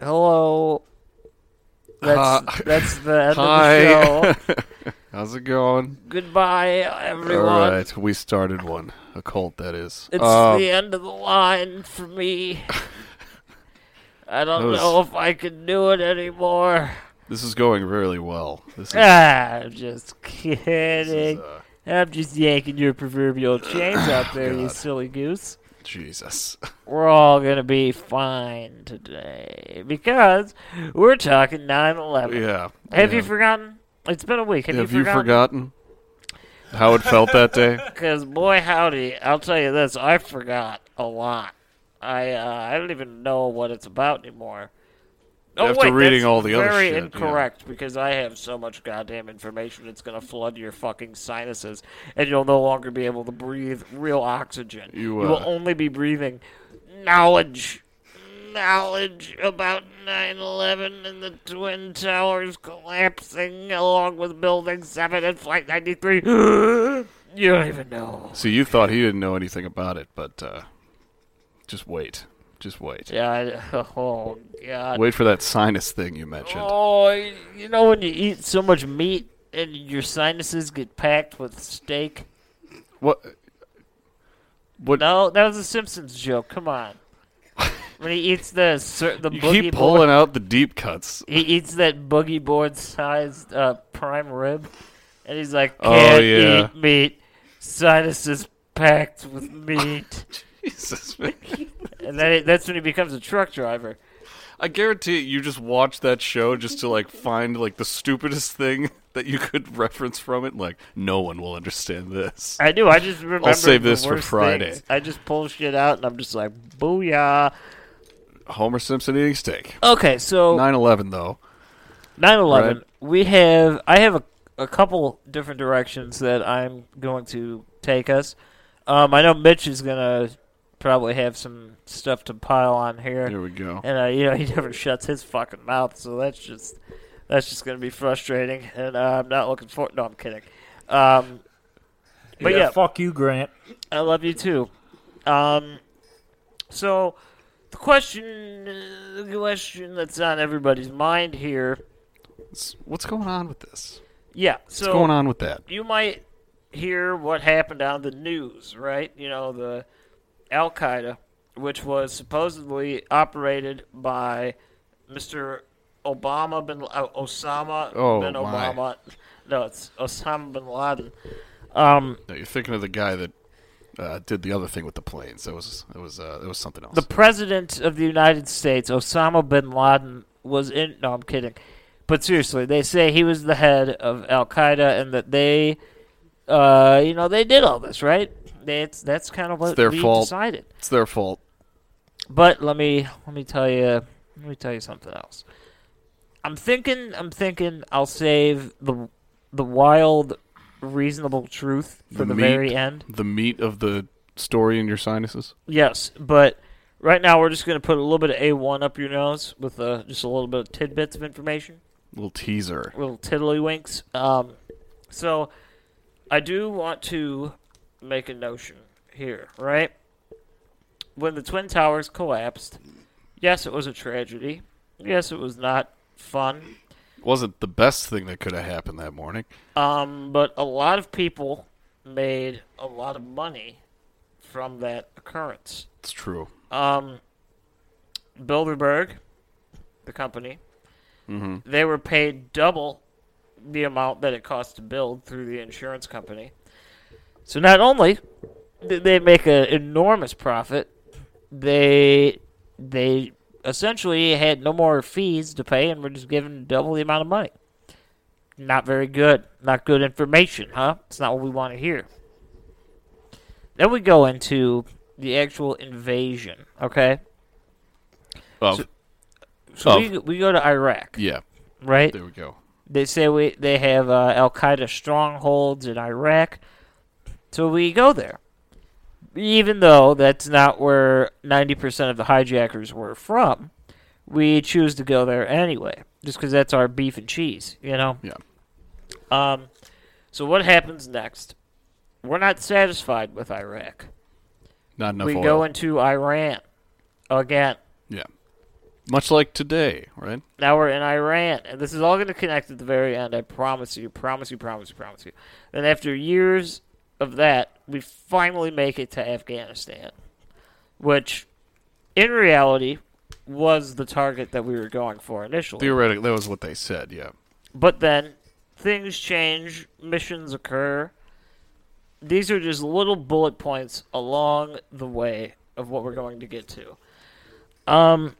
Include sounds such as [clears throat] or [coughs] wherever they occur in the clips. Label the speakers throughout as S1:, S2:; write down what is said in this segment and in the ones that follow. S1: Hello. That's
S2: Hi.
S1: that's the end of the
S2: [laughs] Hi.
S1: show.
S2: How's it going?
S1: Goodbye, everyone.
S2: All right, we started one. A cult, that is.
S1: It's
S2: Um,
S1: the end of the line for me. I don't
S2: That was-
S1: know if I can do it
S2: [laughs]
S1: anymore.
S2: this is going really well. This is,
S1: Ah, I'm just
S2: this is,
S1: kidding.
S2: uh,
S1: I'm just yanking your proverbial chains out there, you silly goose.
S2: Jesus. [laughs]
S1: We're all gonna be fine today because we're talking 9/11.
S2: yeah.
S1: Have
S2: yeah.
S1: you forgotten? It's been a week. Have,
S2: Have
S1: you
S2: you
S1: forgotten?
S2: forgotten how it felt that day? [laughs]
S1: Because boy, howdy, I'll tell you this: I forgot a lot. I uh, I don't even know what it's about anymore. Oh,
S2: After
S1: wait,
S2: reading
S1: that's
S2: all the other
S1: very
S2: shit, yeah.
S1: incorrect because I have so much goddamn information it's gonna flood your fucking sinuses, and you'll no longer be able to breathe real oxygen.
S2: You,
S1: will
S2: uh,
S1: only be breathing knowledge, knowledge about 9/11 and the twin towers collapsing, along with Building Seven and Flight 93. [gasps] you don't even know.
S2: So you thought he didn't know anything about it, but uh, just wait. Just wait.
S1: Yeah. I- [laughs] Oh God.
S2: Wait for that sinus thing you mentioned.
S1: Oh, you know when you eat so much meat and your sinuses get packed with steak.
S2: What? What?
S1: No, that was a Simpsons joke. Come on. when he eats the cer- the
S2: you
S1: boogie
S2: keep
S1: board,
S2: pulling out the deep cuts. [laughs]
S1: he eats that boogie board sized uh, prime rib, and he's like,
S2: Oh,
S1: "Can't
S2: yeah.
S1: eat meat. Sinuses packed with meat."
S2: Jesus, man.
S1: and then it, that's when he becomes a truck driver.
S2: I guarantee you just watch that show just to like find like the stupidest thing [laughs] that you could reference from it. Like no one will understand this.
S1: I do. I just remember.
S2: save this for Friday.
S1: I just pull shit out, and I'm just like, "Booyah."
S2: Homer Simpson eating steak.
S1: Okay, so
S2: Nine eleven though.
S1: 9/11.
S2: Right.
S1: We have I have a, a couple different directions that I'm going to take us. Um, I know Mitch is gonna probably have some stuff to pile on here,
S2: Here we go.
S1: and uh, you know he [laughs] never shuts his fucking mouth, so that's just that's just gonna be frustrating, and uh, I'm not looking for. No, I'm kidding. Um, but yeah,
S3: fuck you, Grant.
S1: I love you too. Um, so the question, the question that's on everybody's mind here.
S2: What's- What's going on with this?
S1: Yeah.
S2: What's
S1: So
S2: going on with that?
S1: you might hear what happened on the news, right? You know, the Al Qaeda, which was supposedly operated by Mr. Obama bin uh, Osama
S2: Oh,
S1: bin
S2: my.
S1: Obama. No, it's Osama bin Laden. Um,
S2: No, you're thinking of the guy that uh, did the other thing with the planes. That was that was uh, that was something else.
S1: the president of the United States, Osama bin Laden, was in. No, I'm kidding. But seriously, they say he was the head of Al Qaeda, and that they, uh, you know, they did all this, right? That's that's kind of what
S2: their
S1: we
S2: fault.
S1: decided.
S2: it's their fault.
S1: But let me let me tell you let me tell you something else. I'm thinking I'm thinking I'll save the the wild reasonable truth for the,
S2: meat-
S1: very end.
S2: The meat of the story in your sinuses.
S1: Yes, but right now we're just going to put a little bit of A1 up your nose with uh, just a little bit of tidbits of information,
S2: Little teaser.
S1: little tiddlywinks. Um, so I do want to make a notion here, right? When the Twin Towers collapsed, yes, it was a tragedy. Yes, it was not fun.
S2: Wasn't the best thing that could have happened that morning.
S1: Um, but a lot of people made a lot of money from that occurrence.
S2: It's true.
S1: Um, Bilderberg, the company, they were paid double the amount that it cost to build through the insurance company. So not only did they make an enormous profit, they they essentially had no more fees to pay and were just given double the amount of money. Not very good. Not good information, huh? It's not what we want to hear. Then we go into the actual invasion, okay?
S2: Of,
S1: So
S2: Of-
S1: we, we go to Iraq,
S2: yeah,
S1: right?
S2: there we go.
S1: They say we they have uh, Al Qaeda strongholds in Iraq, so we go there. Even though that's not where ninety percent of the hijackers were from, we choose to go there anyway, just because that's our beef and cheese, you know.
S2: Yeah.
S1: Um, so what happens next? We're not satisfied with Iraq.
S2: Not enough
S1: we
S2: oil.
S1: go into Iran again.
S2: yeah. Much like today, right?
S1: Now we're in Iran, and this is all going to connect at the very end. I promise you, promise you, promise you, promise you. Then after years of that, we finally make it to Afghanistan, which, in reality, was the target that we were going for initially.
S2: Theoretically, that was what they said, yeah.
S1: But then things change, missions occur. These are just little bullet points along the way of what we're going to get to. Um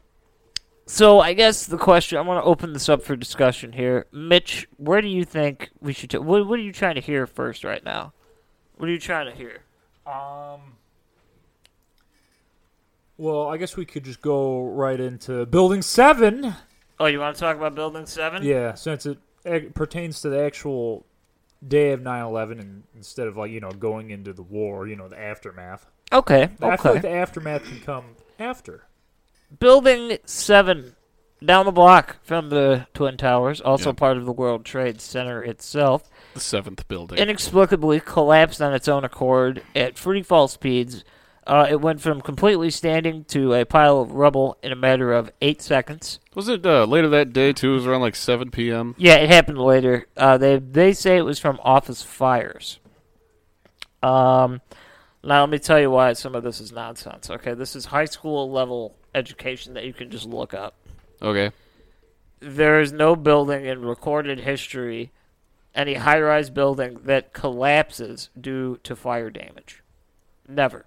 S1: so I guess the question I want to open this up for discussion here. Mitch, where do you think we should ta- what, what are you trying to hear first right now? What are you trying to hear?
S3: Well, I guess we could just go right into Building 7.
S1: Oh, you want to talk about building 7?
S3: Yeah, since it ac- pertains to the actual day of 9 11 and instead of, like, you know, going into the war, you know, the aftermath.
S1: Okay.
S3: I feel like
S1: Okay.
S3: the aftermath can come after.
S1: Building 7 down the block from the Twin Towers, also
S2: Yeah.
S1: part of the World Trade Center itself.
S2: The seventh building.
S1: inexplicably collapsed on its own accord at free fall speeds. Uh, it went from completely standing to a pile of rubble in a matter of eight seconds.
S2: was it uh, later that day, too? It was around like 7 p.m.
S1: Yeah, it happened later. Uh, they they say it was from office fires. Um, now let me tell you why some of this is nonsense. Okay, this is high school level education that you can just look up.
S2: Okay.
S1: there is no building in recorded history, any high rise building that collapses due to fire damage. Never.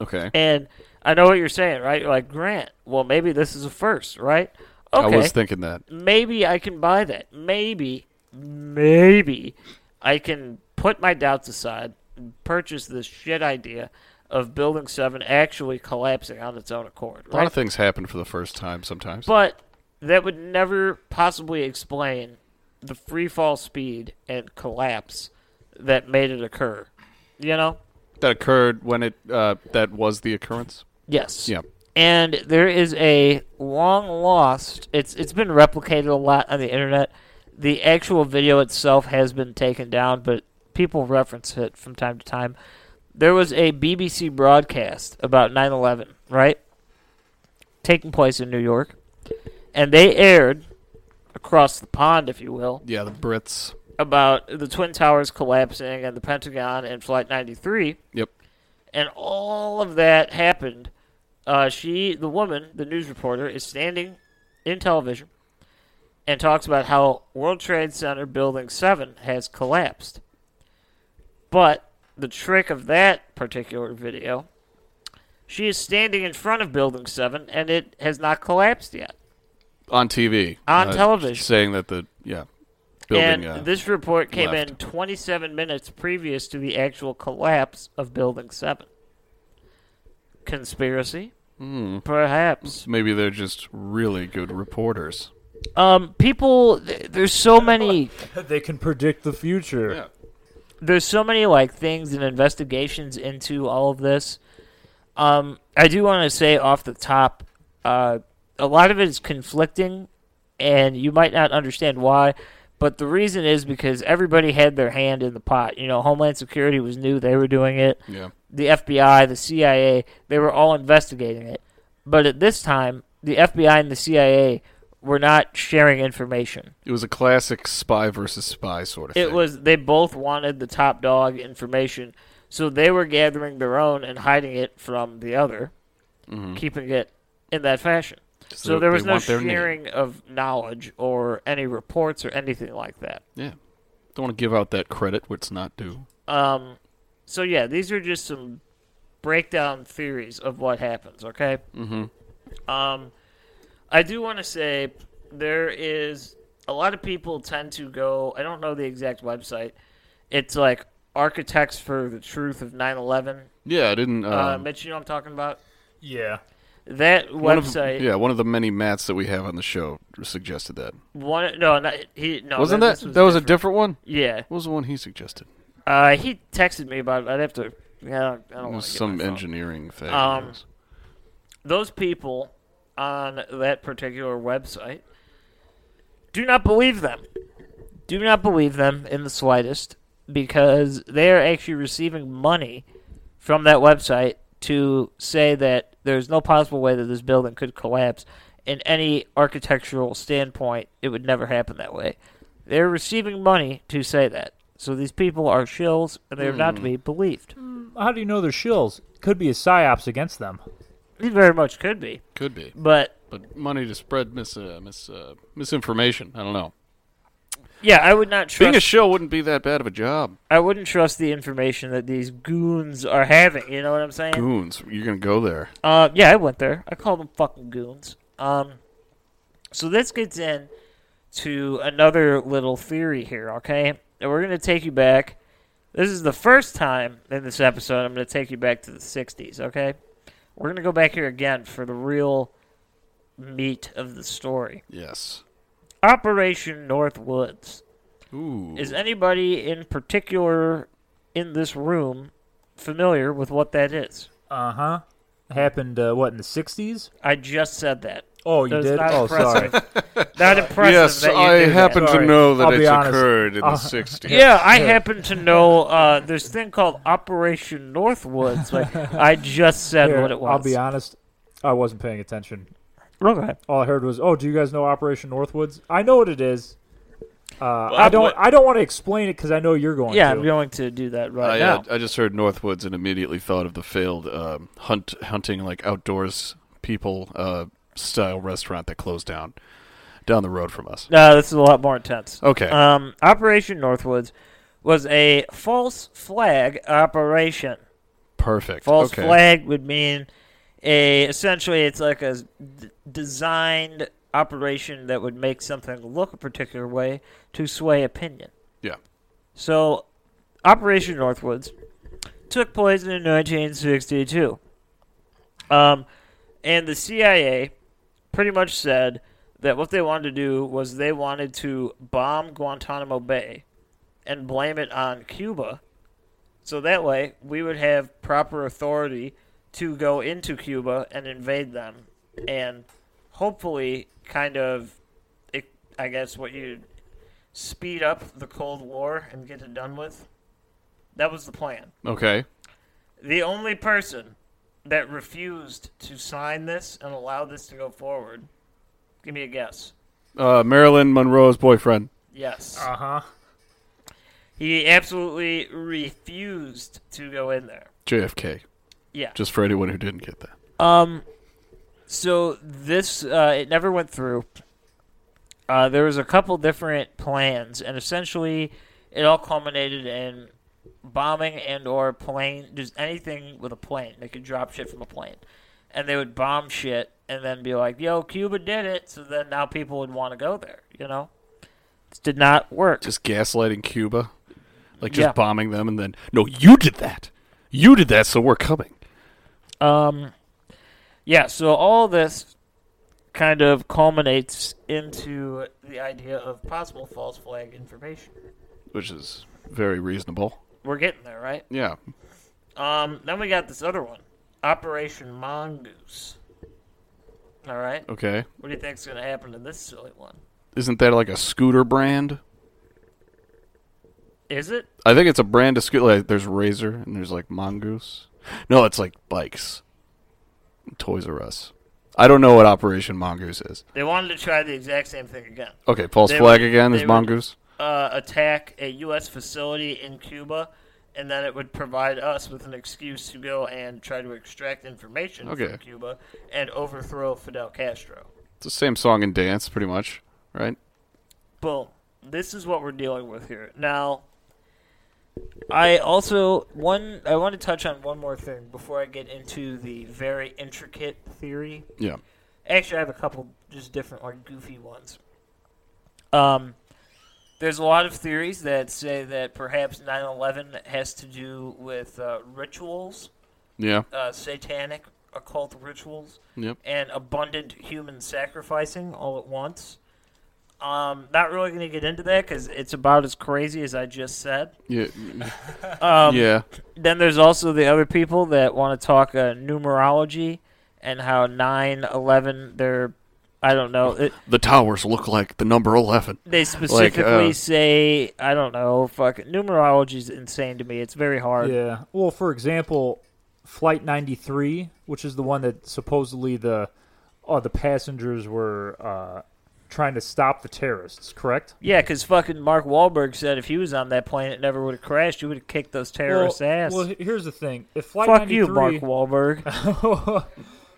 S2: Okay.
S1: And I know what you're saying, right? You're like, Grant, well, maybe this is a first, right?
S2: I
S1: Okay.
S2: was thinking that.
S1: maybe I can buy that. Maybe, maybe I can put my doubts aside and purchase this shit idea of Building 7 actually collapsing on its own accord.
S2: A lot
S1: right?
S2: of things happen for the first time sometimes.
S1: But that would never possibly explain the free fall speed and collapse that made it occur. You know?
S2: that occurred when it, uh, that was the occurrence?
S1: Yes.
S2: Yeah.
S1: And there is a long lost it's it's been replicated a lot on the internet. The actual video itself has been taken down, but people reference it from time to time. There was a BBC broadcast about 9/11, right? Taking place in New York. And they aired across the pond, if you will,
S2: Yeah, the Brits.
S1: about the Twin Towers collapsing and the Pentagon and Flight 93
S2: Yep.
S1: and all of that happened. Uh, she, the woman, the news reporter, is standing in television and talks about how World Trade Center Building 7 has collapsed. But the trick of that particular video, she is standing in front of Building 7 and it has not collapsed yet.
S2: On TV.
S1: On television.
S2: Saying that the, yeah. Building,
S1: and
S2: uh,
S1: this report came in
S2: left.
S1: 27 minutes previous to the actual collapse of Building 7. Conspiracy?
S2: Hmm.
S1: Perhaps.
S2: maybe they're just really good reporters.
S1: Um, people, th- there's so many,
S3: They can predict the future.
S1: there's so many like things and investigations into all of this. Um, I do want to say off the top, uh, a lot of it is conflicting, and you might not understand why. But the reason is because everybody had their hand in the pot. You know, Homeland Security was new; they were doing it.
S2: Yeah.
S1: The FBI, the CIA, they were all investigating it. But at this time, the FBI and the CIA were not sharing information.
S2: It was a classic spy versus spy sort of
S1: It
S2: thing.
S1: was they both wanted the top dog information, so they were gathering their own and hiding it from the other, keeping it in that fashion. So,
S2: Mm-hmm. they-
S1: there was
S2: they
S1: no
S2: want their name.
S1: sharing of knowledge or any reports or anything like that.
S2: Yeah. Don't want to give out that credit where it's not due.
S1: Um, so yeah, these are just some breakdown theories of what happens. Okay. Mm-hmm. Um, I do want to say there is a lot of people tend to go. I don't know the exact website. It's like Architects for the Truth of 9/11.
S2: Yeah, I didn't. Um,
S1: uh, Mitch, you know what I'm talking about.
S3: Yeah.
S1: That
S2: one of-
S1: website.
S2: yeah, one of the many Matts that we have on the show suggested that.
S1: One. No. Not, he. No.
S2: Wasn't that
S1: Oh, this
S2: that was a
S1: different.
S2: different one?
S1: Yeah.
S2: What was the one he suggested?
S1: Uh, he texted me about it. I'd have to. I don't, I don't
S2: It
S1: want
S2: was
S1: to
S2: some engineering thing.
S1: Um,
S2: Yes.
S1: those people on that particular website do not believe them. Do not believe them in the slightest because they are actually receiving money from that website to say that there's no possible way that this building could collapse in any architectural standpoint. It would never happen that way. They're receiving money to say that. So these people are shills and they're not
S2: Hmm.
S1: to be believed.
S3: How do you know they're shills? Could be a psyops against them.
S1: They very much could be.
S2: Could be,
S1: But
S2: but money to spread mis uh, mis uh, misinformation. I don't know.
S1: yeah, I would not trust
S2: Being a show wouldn't be that bad of a job.
S1: I wouldn't trust the information that these goons are having. You know what I'm saying?
S2: Goons, you're gonna go there.
S1: Uh, yeah, I went there. I called them fucking goons. Um, so this gets in to another little theory here, okay? And we're gonna take you back. This is the first time in this episode I'm gonna take you back to the '60s, okay? We're gonna go back here again for the real meat of the story.
S2: Yes.
S1: Operation Northwoods.
S2: Ooh.
S1: Is anybody in particular in this room familiar with what that is?
S3: Uh huh. Happened uh, what in the '60s?
S1: I just said that.
S3: Oh, you
S1: That's
S3: did.
S1: not
S3: Oh,
S1: impressive. [laughs]
S3: sorry. [laughs]
S1: Not impressive.
S2: yes,
S1: that you
S2: I
S1: do that.
S2: happen to
S3: Sorry.
S2: know that
S3: I'll be
S2: it's
S3: honest.
S2: occurred in
S3: Uh,
S2: the
S1: [laughs]
S2: '60s.
S1: Yeah, I happen to know uh, this thing called Operation Northwoods. Like I just said
S3: Here,
S1: what it was.
S3: I'll be honest. I wasn't paying attention.
S1: Okay.
S3: All I heard was, "Oh, do you guys know Operation Northwoods?" I know what it is. Uh, I
S1: I'm
S3: don't.
S1: what-
S3: I don't want to explain it because I know you're going.
S1: Yeah,
S3: to.
S1: I'm going to do that right
S2: I,
S1: now.
S2: uh, I just heard Northwoods and immediately thought of the failed um, hunt hunting like outdoors people uh, style restaurant that closed down down the road from us.
S1: No, Uh, this is a lot more intense.
S2: Okay.
S1: Um, Operation Northwoods was a false flag operation.
S2: Perfect.
S1: False
S2: okay.
S1: flag would mean a essentially it's like a d- designed operation that would make something look a particular way to sway opinion.
S2: Yeah.
S1: So, Operation Northwoods took place in 1962. Um, and the CIA pretty much said that what they wanted to do was they wanted to bomb Guantanamo Bay and blame it on Cuba. So that way, we would have proper authority to go into Cuba and invade them and hopefully kind of, it- I guess, what you speed up the Cold War and get it done with. That was the plan.
S2: Okay.
S1: The only person that refused to sign this and allow this to go forward, give me a guess.
S2: Uh, Marilyn Monroe's boyfriend.
S1: Yes.
S3: Uh huh.
S1: He absolutely refused to go in there.
S2: JFK.
S1: Yeah.
S2: Just for anyone who didn't get that.
S1: Um, so this uh, it never went through. Uh, there was a couple different plans, and essentially, it all culminated in bombing and or plane, just anything with a plane. They could drop shit from a plane, and they would bomb shit, and then be like, "Yo, Cuba did it." So then now people would want to go there. You know, this did not work.
S2: Just gaslighting Cuba. Like just
S1: Yeah.
S2: bombing them and then no, you did that. You did that, so we're coming.
S1: Um, yeah, so all this kind of culminates into the idea of possible false flag information.
S2: Which is very reasonable.
S1: We're getting there, right?
S2: Yeah.
S1: Um, then we got this other one, Operation Mongoose. All right,
S2: Okay.
S1: what do you think's going to happen to this silly one?
S2: Isn't that like a scooter brand?
S1: Is it?
S2: I think it's a brand of scooter. Like, there's Razor and there's like Mongoose. No, it's like bikes. Toys R Us. I don't know what Operation Mongoose is.
S1: They wanted to try the exact same thing again.
S2: Okay, false
S1: They
S2: flag
S1: would-
S2: again.
S1: they
S2: There's
S1: would-
S2: Mongoose.
S1: Uh, attack a U.S. facility in Cuba, and then it would provide us with an excuse to go and try to extract information
S2: Okay.
S1: from Cuba and overthrow Fidel Castro.
S2: It's the same song and dance, pretty much, right?
S1: Boom. This is what we're dealing with here. Now, I also one I want to touch on one more thing before I get into the very intricate theory
S2: Yeah.
S1: Actually, I have a couple just different, like goofy ones. Um, there's a lot of theories that say that perhaps 9/11 has to do with uh, rituals,
S2: Yeah.
S1: uh, satanic occult rituals,
S2: Yep.
S1: and abundant human sacrificing all at once. Um, not really going to get into that because it's about as crazy as I just said. [laughs]
S2: Yeah.
S1: Um,
S2: yeah.
S1: Then there's also the other people that want to talk uh, numerology and how 9/11 they're I don't know. It,
S2: The towers look like the number eleven.
S1: They specifically
S2: uh,
S1: say, I don't know, fuck numerology is insane to me. It's very hard.
S3: Yeah. Well, for example, Flight 93, which is the one that supposedly the oh, the passengers were uh, trying to stop the terrorists, correct?
S1: Yeah, because fucking Mark Wahlberg said if he was on that plane, it never would have crashed. You would have kicked those terrorists'
S3: well,
S1: ass.
S3: well, he- here's the thing. If Flight
S1: fuck
S3: 93
S1: you, Mark Wahlberg,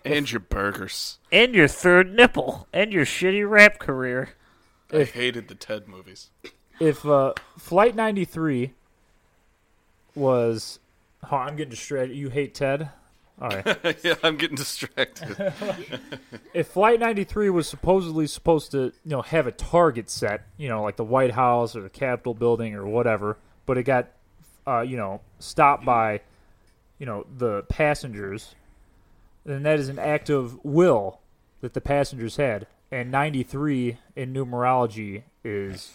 S2: And your burgers.
S1: and your third nipple, and your shitty rap career.
S2: I hated the
S1: [laughs]
S2: Ted movies. [laughs]
S3: if uh, Flight 93 was oh, I'm getting distracted. You hate Ted? All right.
S2: yeah, I'm
S1: [laughs]
S2: getting distracted.
S3: if Flight 93 was supposedly supposed to, you know, have a target set, you know, like the White House or the Capitol building or whatever, but it got, uh, you know, stopped by, you know, the passengers, then that is an act of will that the passengers had. And 93 in numerology is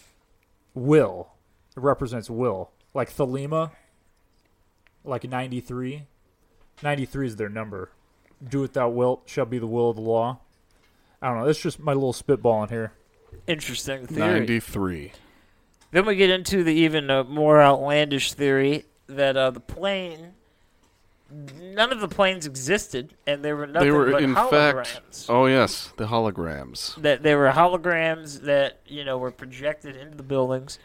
S3: will. It represents will. Like Thelema, like 93. 93 is their number do it thou wilt shall be the will of the law. I don't know. That's just my little spitball in here.
S1: Interesting theory.
S2: Ninety-three.
S1: Then we get into the even uh, more outlandish theory that uh, the plane, none of the planes existed, and they were nothing
S2: They were
S1: but
S2: in
S1: holograms.
S2: fact. Oh yes, the holograms.
S1: that there were holograms that you know were projected into the buildings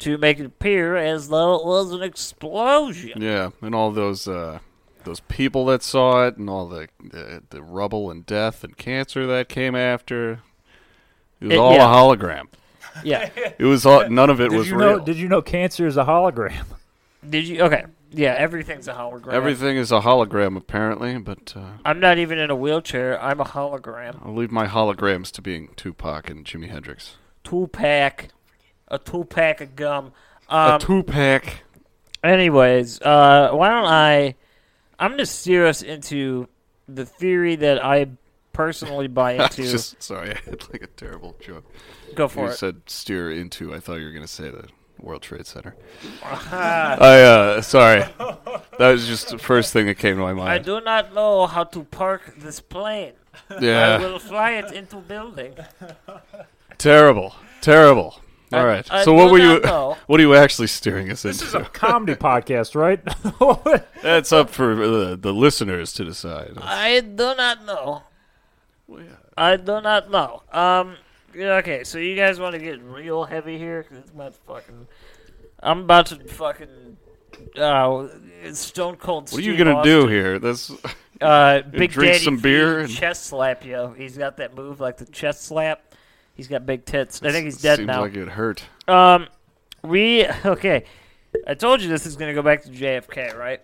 S1: to make it appear as though it was an explosion.
S2: Yeah, and all those uh, those people that saw it, and all the, the the rubble and death and cancer that came after. It was
S1: It-
S2: all
S1: yeah.
S2: a hologram.
S1: Yeah.
S2: It was all none of it
S3: Did
S2: was
S3: you
S2: real.
S3: know? Did you know cancer is a hologram? [laughs]
S1: Did you? Okay. Yeah. Everything's a hologram.
S2: Everything is a hologram apparently, but uh,
S1: I'm not even in a wheelchair. I'm a hologram.
S2: I'll leave my holograms to being Tupac and Jimi Hendrix.
S1: Two pack, a two pack of gum.
S2: a
S1: Um,
S2: two pack.
S1: anyways, uh, why don't I? I'm gonna steer us into the theory that I personally
S2: [laughs]
S1: buy into.
S2: Just sorry, I had like a terrible joke.
S1: Go for
S2: you
S1: it.
S2: said steer into. I thought you were going to say the World Trade Center. I uh, sorry, that was just the first thing that came to my
S1: I
S2: mind.
S1: do not know how to park this plane. I
S2: yeah,
S1: will fly it into building.
S2: terrible, terrible. All right.
S1: I
S2: so what
S1: do
S2: were
S1: not
S2: you?
S1: know.
S2: [laughs] What are you actually steering us into?
S3: [laughs] Comedy podcast, right? [laughs]
S2: That's up for the, the listeners to decide.
S1: I do not know. I do not know. Um. yeah, Okay, so you guys want to get real heavy here? 'Cause it's my fucking. I'm about to fucking. Uh, stone cold.
S2: What are you gonna do here? That's
S1: do? Uh, Big
S2: drink
S1: Daddy
S2: some
S1: V
S2: beer and-
S1: chest slap yo. He's got that move like the chest slap. He's got big tits. I think
S2: [laughs]
S1: he's dead
S2: seems
S1: now.
S2: like it hurt.
S1: Um, we [laughs] okay. I told you this is going to go back to JFK, right?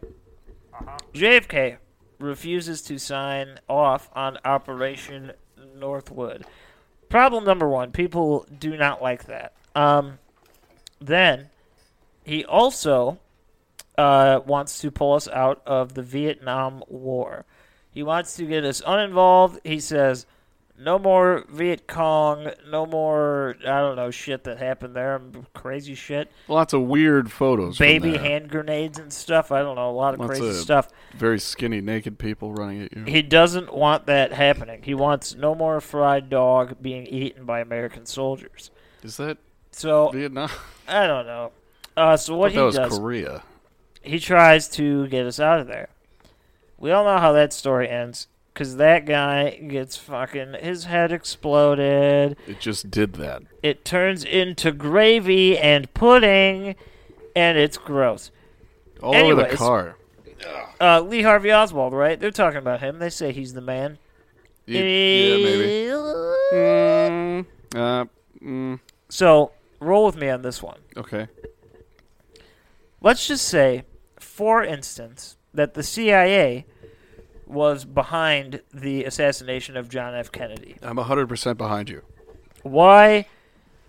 S1: JFK refuses to sign off on Operation Northwood. Problem number one: people do not like that. Um, then he also uh, wants to pull us out of the Vietnam War. He wants to get us uninvolved. He says, no more Viet Cong, no more, I don't know, shit that happened there, crazy shit.
S2: Lots of weird photos. from
S1: Baby
S2: there.
S1: hand grenades and stuff. I don't know, a lot of
S2: Lots
S1: crazy
S2: of
S1: stuff.
S2: Very skinny, naked people running at you.
S1: He doesn't want that happening. He wants no more fried dog being eaten by American soldiers.
S2: Is that
S1: So, [laughs]
S2: Vietnam?
S1: I don't know. Uh, so what
S2: But
S1: he
S2: that was
S1: does,
S2: Korea.
S1: he tries to get us out of there. We all know how that story ends because that guy gets fucking his head exploded.
S2: It just did that.
S1: It turns into gravy and pudding, and it's gross.
S2: All over the
S1: Anyways.
S2: car.
S1: Uh, Lee Harvey Oswald, right? They're talking about him. They say he's the man.
S2: Yeah, yeah, maybe. Uh, mm,
S1: So roll with me on this one.
S2: okay.
S1: Let's just say, for instance, that the CIA was behind the assassination of John F. Kennedy.
S2: I'm 100% behind you.
S1: why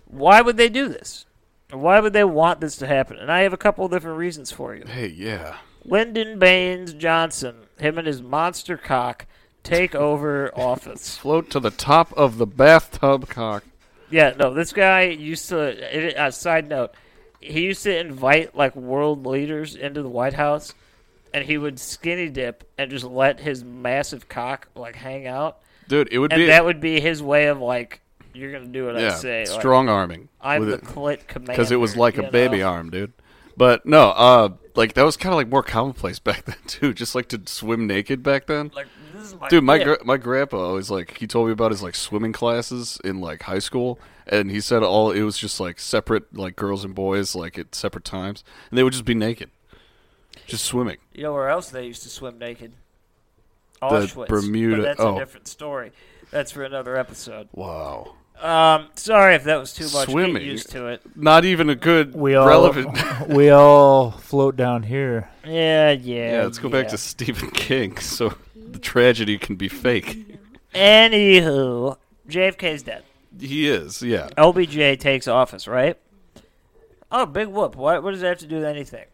S1: why would they do this why would they want this to happen and i have a couple of different reasons for you
S2: Hey, yeah.
S1: lyndon baines johnson him and his monster cock
S2: [laughs]
S1: take over office
S2: Float to the top of the bathtub cock.
S1: yeah no this guy used to it, uh, side note he used to invite like world leaders into the white house and he would skinny dip and just let his massive cock like hang out
S2: Dude, it would
S1: and
S2: be.
S1: that would be his way of like you're gonna do what
S2: yeah,
S1: i say like,
S2: strong arming.
S1: i'm
S2: with
S1: the
S2: it.
S1: clit commander
S2: because it was like a
S1: you
S2: baby
S1: know?
S2: arm, dude. But no, uh, like that was kind of like more commonplace [laughs] back then too. Just like to swim naked back then.
S1: Like, this is my
S2: Dude, my
S1: dick.
S2: gra- my grandpa always like he told me about his like swimming classes in like high school, and he said all it was just like separate like girls and boys like at separate times, and they would just be naked, just swimming.
S1: You know where else they used to swim naked?
S2: The
S1: Auschwitz.
S2: Bermuda-
S1: But that's
S2: oh.
S1: a different story. That's for another episode.
S2: Wow,
S1: Um, sorry if that was too much.
S2: Swimming.
S1: Get used to it.
S2: not even a good
S3: We all
S2: [laughs] relevant.
S3: we all float down here.
S1: Yeah, yeah.
S2: yeah, let's go back
S1: yeah.
S2: to Stephen King, [laughs] so the tragedy can be
S1: [laughs]
S2: fake.
S1: Anywho, JFK's dead.
S2: He is, yeah.
S1: LBJ takes office, right? Oh, big whoop. What, what does that have to do with anything?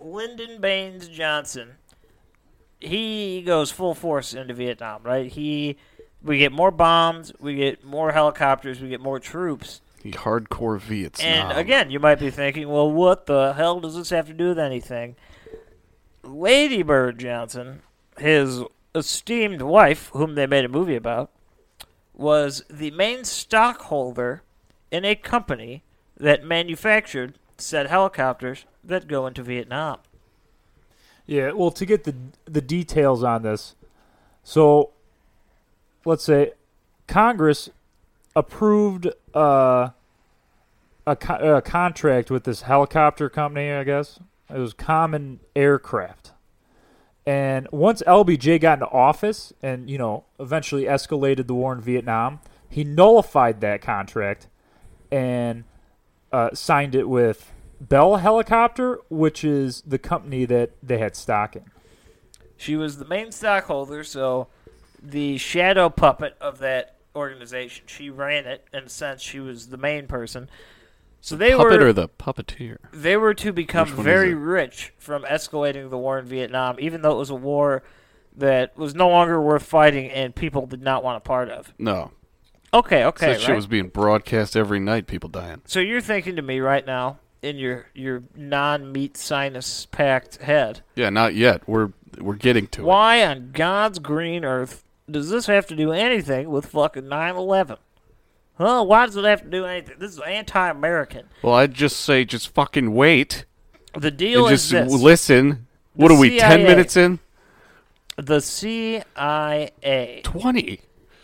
S1: Lyndon Baines Johnson, he goes full force into Vietnam, right? He, we get more bombs, we get more helicopters, we get more troops.
S2: He hardcore V. It's
S1: And
S2: not.
S1: again, you might be thinking, well, what the hell does this have to do with anything? Lady Bird Johnson, his esteemed wife, whom they made a movie about, was the main stockholder in a company that manufactured said helicopters that go into Vietnam.
S3: Yeah, well, to get the the details on this, so let's say Congress approved uh, a, co- a contract with this helicopter company. I guess it was Common Aircraft, and once LBJ got into office, and you know, eventually escalated the war in Vietnam, he nullified that contract, and uh, signed it with Bell Helicopter, which is the company that they had stock in.
S1: She was the main stockholder, so the shadow puppet of that organization. She ran it in a sense. She was the main person. So they
S2: puppet
S1: were
S2: or the puppeteer.
S1: they were to become
S2: Which one is
S1: very
S2: it?
S1: rich from escalating the war in Vietnam, even though it was a war that was no longer worth fighting and people did not want a part of.
S2: No,
S1: Okay, okay.
S2: that shit
S1: right?
S2: was being broadcast every night. People dying.
S1: so you're thinking to me right now in your, your non meat sinus packed head,
S2: Yeah, not yet. We're we're getting to it.
S1: why on God's green earth does this have to do anything with fucking 9 11? Huh? Why does it have to do anything? This is anti American.
S2: Well, I'd just say just fucking wait
S1: The deal
S2: and just
S1: is this.
S2: listen. What
S1: The
S2: are we? Ten
S1: CIA.
S2: minutes in?
S1: the CIA.
S2: Twenty.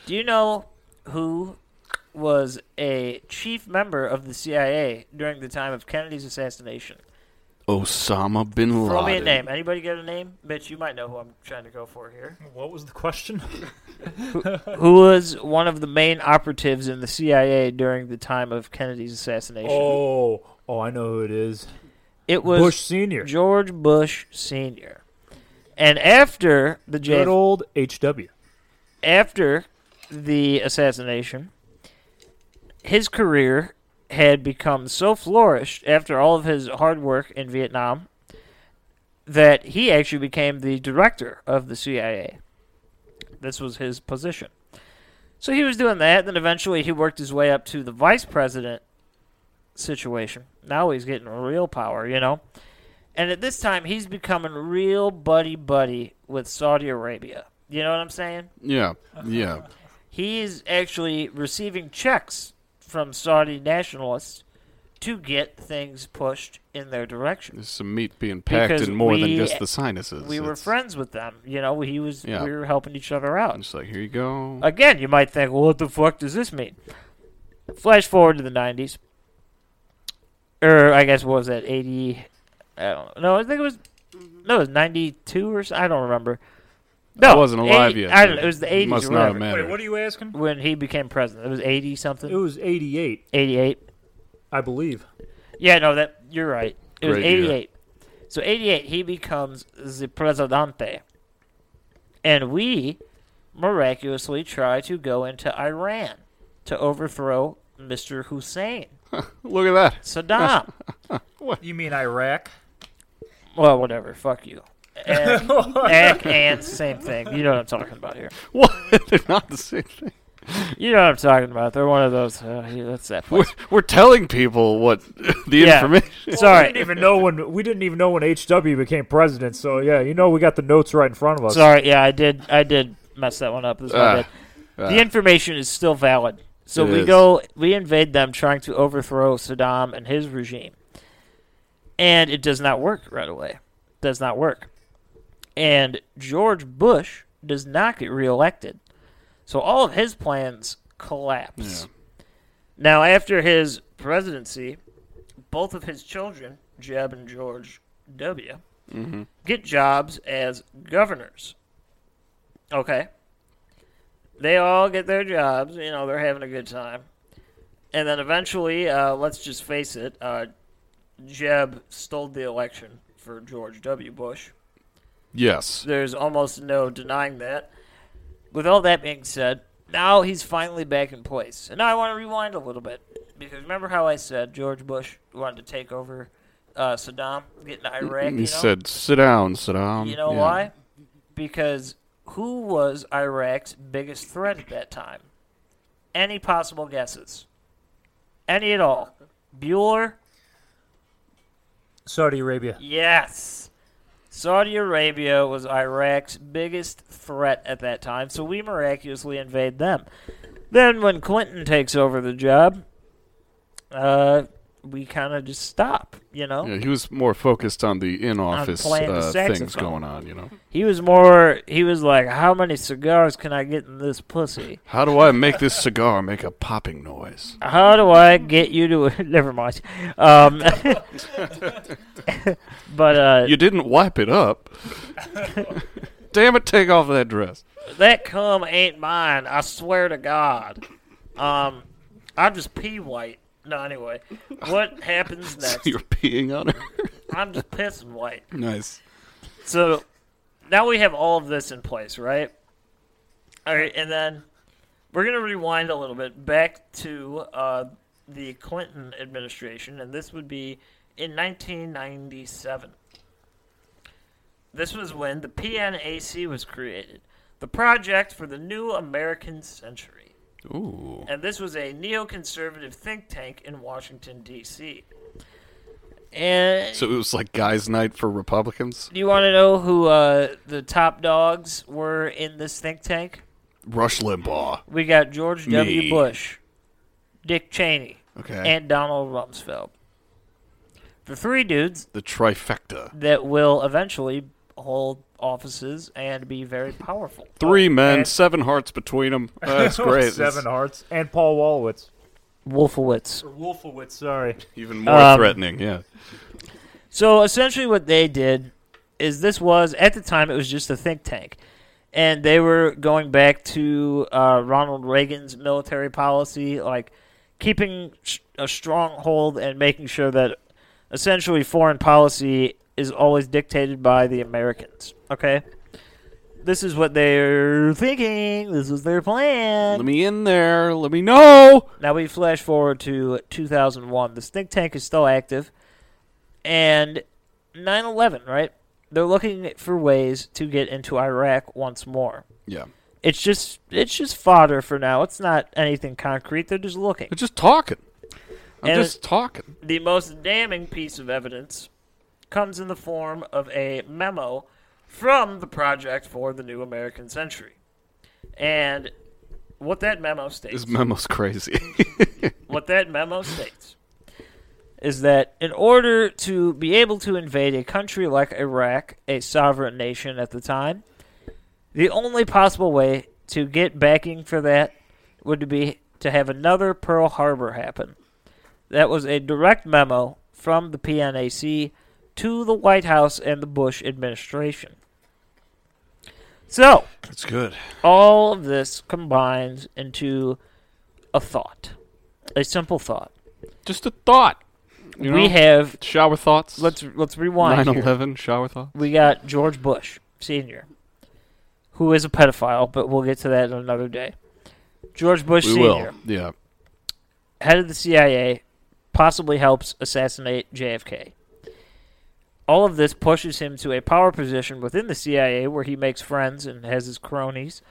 S1: Do you know who was a chief member of the CIA during the time of Kennedy's assassination?
S2: Osama bin
S1: Throw me a
S2: Laden.
S1: name. Anybody get a name? Mitch, you might know who I'm trying to go for
S3: [laughs]
S1: here.
S3: What was the question?
S1: Who was one of the main operatives in the CIA during the time of Kennedy's assassination?
S3: [laughs] Oh, oh, I know who it is.
S1: it was
S3: Bush Senior.
S1: George Bush Senior. And after the
S3: Good
S1: JFK,
S3: old HW.
S1: after the assassination, his career had become so flourished after all of his hard work in Vietnam that he actually became the director of the CIA. This was his position. So he was doing that, then eventually he worked his way up to the vice president situation. Now he's getting real power, you know? And at this time, he's becoming real buddy buddy with Saudi Arabia. You know what I'm saying?
S2: Yeah, yeah.
S1: He's actually receiving checks from Saudi nationalists to get things pushed in their direction.
S2: There's some meat being packed
S1: Because
S2: in more
S1: we-
S2: than just the sinuses.
S1: we were
S2: It's-
S1: friends with them. You know, he was
S2: Yeah.
S1: we were helping each other out.
S2: It's like here you go.
S1: Again, you might think, well, what the fuck does this mean? Flash forward to the '90s, or I guess what was that '80? I don't know. No, I think it was no, it was '92 or so. I don't remember. No,
S2: I wasn't alive
S1: 80
S2: yet.
S1: I
S2: so
S1: don't, it was the
S2: it
S1: '80s
S2: Must
S1: or
S2: not have
S1: whatever,
S2: mattered.
S3: Wait, what are you asking?
S1: when he became president. It was '80
S3: It
S1: something,
S3: was 88,
S1: '88.
S3: I believe.
S1: Yeah, no, that you're right. It was
S2: Great year.
S1: 88. So 88, he becomes the presidente, and we miraculously try to go into Iran to overthrow Mr. Hussein
S2: Look at that. [laughs]
S1: Saddam.
S3: You mean [laughs] Iraq?
S1: well, whatever. Fuck you.
S2: [laughs]
S1: And, and, and same thing. You know what I'm talking about here.
S2: What? [laughs] They're not the same thing.
S1: You know what I'm talking about. They're one of those. Uh, yeah, that's that
S2: We're,
S1: place.
S2: we're telling people what [laughs] the
S1: Yeah.
S2: information.
S3: We didn't
S1: Sorry.
S3: even know when we didn't even know when HW became president. So yeah, you know we got the notes right in front of us.
S1: Sorry. Yeah, I did. I did mess that one up. This
S2: Ah.
S1: the information is still valid. So
S2: It
S1: we
S2: is.
S1: go, we invade them, trying to overthrow Saddam and his regime, and it does not work right away. Does not work, and George Bush does not get reelected, so all of his plans collapse. Now, after his presidency, both of his children, Jeb and George W,
S2: Mm-hmm.
S1: get jobs as governors. Okay they all get their jobs. You know, they're having a good time. And then eventually, uh, let's just face it, uh, Jeb stole the election for George W. Bush.
S2: Yes.
S1: There's almost no denying that. With all that being said, now he's finally back in place. And now I want to rewind a little bit. Because remember how I said George Bush wanted to take over uh, Saddam, get in Iraq?
S2: he
S1: you know?
S2: said, "Sit down, Saddam."
S1: You know
S2: Um, Yeah.
S1: why? Because who was Iraq's biggest threat at that time? Any possible guesses? Any at all? Bueller?
S2: [laughs]
S3: Saudi Arabia.
S1: Yes. Saudi Arabia was Iraq's biggest threat at that time, so we miraculously invade them. Then, when Clinton takes over the job, uh, we kind of just stop, you know?
S2: Yeah, he was more focused on the in-office
S1: playing the
S2: uh, things
S1: saxophone.
S2: going on. You know,
S1: He was more, he was like, how many cigars can I get in this pussy?
S2: how do I
S1: [laughs]
S2: make this cigar make a popping noise?
S1: How do I get you to? [laughs] Never mind. Um, [laughs] but uh,
S2: You didn't wipe it up. [laughs] Damn it! Take off that dress.
S1: that cum ain't mine. I swear to God. Um, I'm just pee white. No, anyway, what happens
S2: [laughs] So
S1: next?
S2: you're peeing on her.
S1: I'm just pissing white.
S2: nice.
S1: So now we have all of this in place, right? All right, and then we're going to rewind a little bit back to uh, the Clinton administration, and this would be in 1997. This was when the PNAC was created, the Project for the New American Century.
S2: Ooh.
S1: And this was a neoconservative think tank in Washington, D.C. And
S2: So it was like guys' night for Republicans.
S1: do you want to know who uh, the top dogs were in this think tank?
S2: Rush Limbaugh.
S1: We got George W.
S2: Me.
S1: Bush, Dick Cheney,
S2: Okay.
S1: and Donald Rumsfeld. The three dudes
S2: the trifecta.
S1: that will eventually hold offices and be very powerful.
S2: Three men,
S3: and-
S2: seven hearts between
S3: [laughs]
S2: them. That's great.
S3: Oh, Seven
S2: That's
S3: hearts and Paul Wolowitz.
S1: Wolfowitz.
S3: Wolfowitz, sorry.
S2: even more
S1: Um,
S2: threatening. Yeah.
S1: So essentially, what they did is this was at the time it was just a think tank, and they were going back to uh, Ronald Reagan's military policy, like keeping s- a stronghold and making sure that essentially foreign policy is always dictated by the Americans. Okay. This is what they're thinking. This is their plan.
S2: Let me in there. Let me know.
S1: Now we flash forward to 2001. This think tank is still active, and 9/11. Right? They're looking for ways to get into Iraq once more.
S2: Yeah.
S1: It's just it's just fodder for now. It's not anything concrete. They're just looking.
S2: They're just talking. I'm
S1: And-
S2: just talking.
S1: The most damning piece of evidence comes in the form of a memo from the Project for the New American Century, and what that memo states
S2: [laughs] This memo's crazy.
S1: what that memo states is that in order to be able to invade a country like Iraq, a sovereign nation at the time, the only possible way to get backing for that would be to have another Pearl Harbor happen. That was a direct memo from the PNAC to the White House and the Bush administration. So,
S2: That's good.
S1: all of this combines into a thought, a simple thought.
S2: Just a thought. You know?
S1: we have
S2: shower thoughts.
S1: let's let's rewind.
S2: nine
S1: here.
S2: eleven shower thoughts.
S1: We got George Bush Senior, who is a pedophile, but we'll get to that in another day. George Bush
S2: We
S1: Senior,
S2: will. Yeah.
S1: head of the CIA, possibly helps assassinate JFK. All of this pushes him to a power position within the CIA where he makes friends and has his cronies.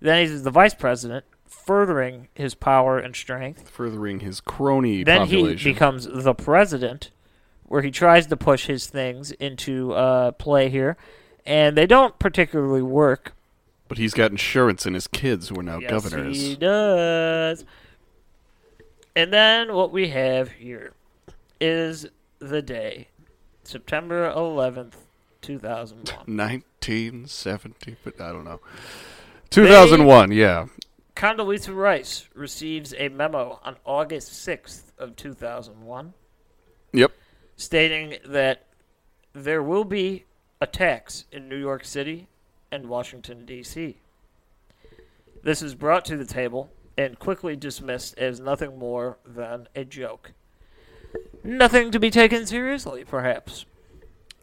S1: Then he's the vice president, furthering his power and strength.
S2: Furthering his crony
S1: then
S2: population.
S1: he becomes the president, where he tries to push his things into uh, play here, and they don't particularly work.
S2: but he's got insurance in his kids who are now
S1: Yes,
S2: governors.
S1: he does. And then what we have here is the day, September eleventh, two thousand one.
S2: 1970, but I don't know. 2001, yeah.
S1: Condoleezza Rice receives a memo on August sixth of two thousand one.
S2: Yep.
S1: stating that there will be attacks in New York City and Washington, D.C. This is brought to the table and quickly dismissed as nothing more than a joke. Nothing to be taken seriously, perhaps.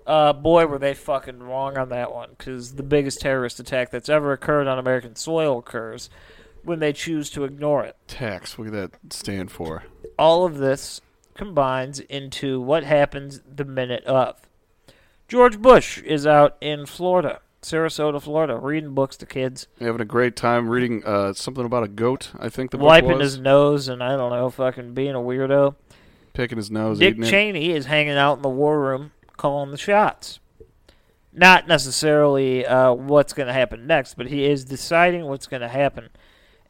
S1: Uh, boy, were they fucking wrong on that one, because the biggest terrorist attack that's ever occurred on American soil occurs when they choose to ignore it
S2: Tax, what did that stand for?
S1: all of this combines into what happens the minute of. George Bush is out in Florida, Sarasota, Florida, reading books to kids,
S2: Having a great time reading uh, something about a goat, I think the book
S1: wiping
S2: was.
S1: his nose, and I don't know, fucking being a weirdo.
S2: Picking his nose,
S1: Dick
S2: eating it.
S1: Cheney is hanging out in the war room calling the shots. Not necessarily uh, what's going to happen next, but he is deciding what's going to happen.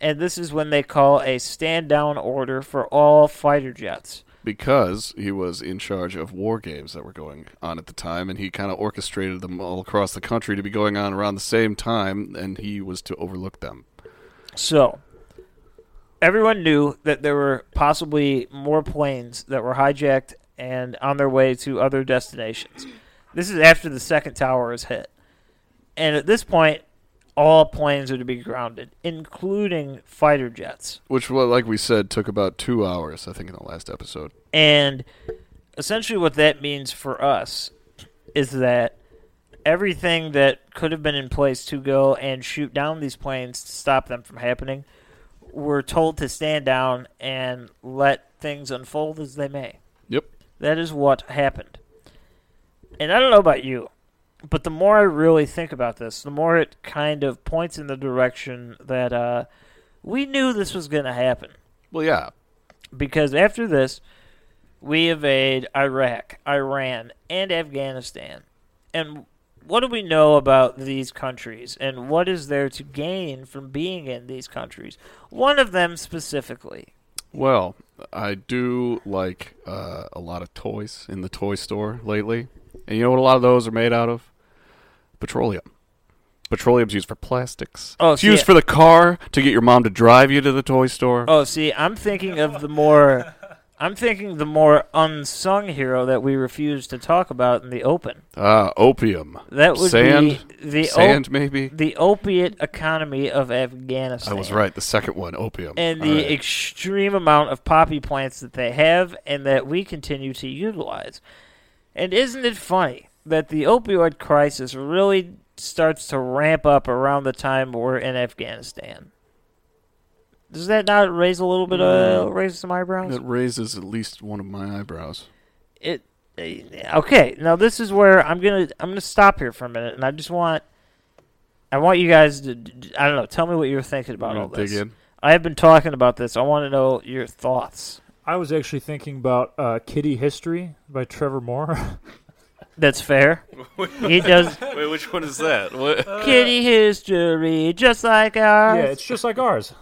S1: And this is when they call a stand down order for all fighter jets.
S2: because he was in charge of war games that were going on at the time, and he kind of orchestrated them all across the country to be going on around the same time, and he was to overlook them.
S1: So, everyone knew that there were possibly more planes that were hijacked and on their way to other destinations. This is after the second tower is hit. And at this point, all planes are to be grounded, including fighter jets.
S2: Which, well, like we said, took about two hours, I think, in the last episode.
S1: And essentially, what that means for us is that everything that could have been in place to go and shoot down these planes to stop them from happening were told to stand down and let things unfold as they may.
S2: Yep.
S1: That is what happened. And I don't know about you, but the more I really think about this, the more it kind of points in the direction that uh, we knew this was going to happen
S2: Well, yeah.
S1: because after this, we invade Iraq, Iran, and Afghanistan. And what do we know about these countries, and what is there to gain from being in these countries? One of them specifically.
S2: Well, I do like uh, a lot of toys in the toy store lately. And you know what a lot of those are made out of? Petroleum. Petroleum's used for plastics.
S1: Oh,
S2: it's
S1: see,
S2: used
S1: yeah.
S2: for the car to get your mom to drive you to the toy store.
S1: Oh, see, I'm thinking of the more. I'm thinking the more unsung hero that we refuse to talk about in the open.
S2: Ah, opium.
S1: That would
S2: sand.
S1: be the op-
S2: sand, maybe.
S1: The opiate economy of Afghanistan.
S2: I was right. The second one, opium.
S1: and
S2: All
S1: the
S2: right.
S1: extreme amount of poppy plants that they have and that we continue to utilize. And isn't it funny that the opioid crisis really starts to ramp up around the time we're in Afghanistan? Does that not raise a little bit of raise some eyebrows?
S2: that raises at least one of my eyebrows.
S1: It eh, okay. Now this is where I'm gonna I'm gonna stop here for a minute, and I just want I want you guys to d- d- I don't know. Tell me what you're thinking about
S2: We're
S1: all
S2: gonna dig
S1: this.
S2: in.
S1: I have been talking about this. I want to know your thoughts.
S3: I was actually thinking about uh, Kitty History by Trevor Moore. [laughs]
S1: That's fair. he does
S2: [laughs] Wait, which one is that? What?
S1: kitty history just like ours.
S3: Uh, Yeah, it's just like ours.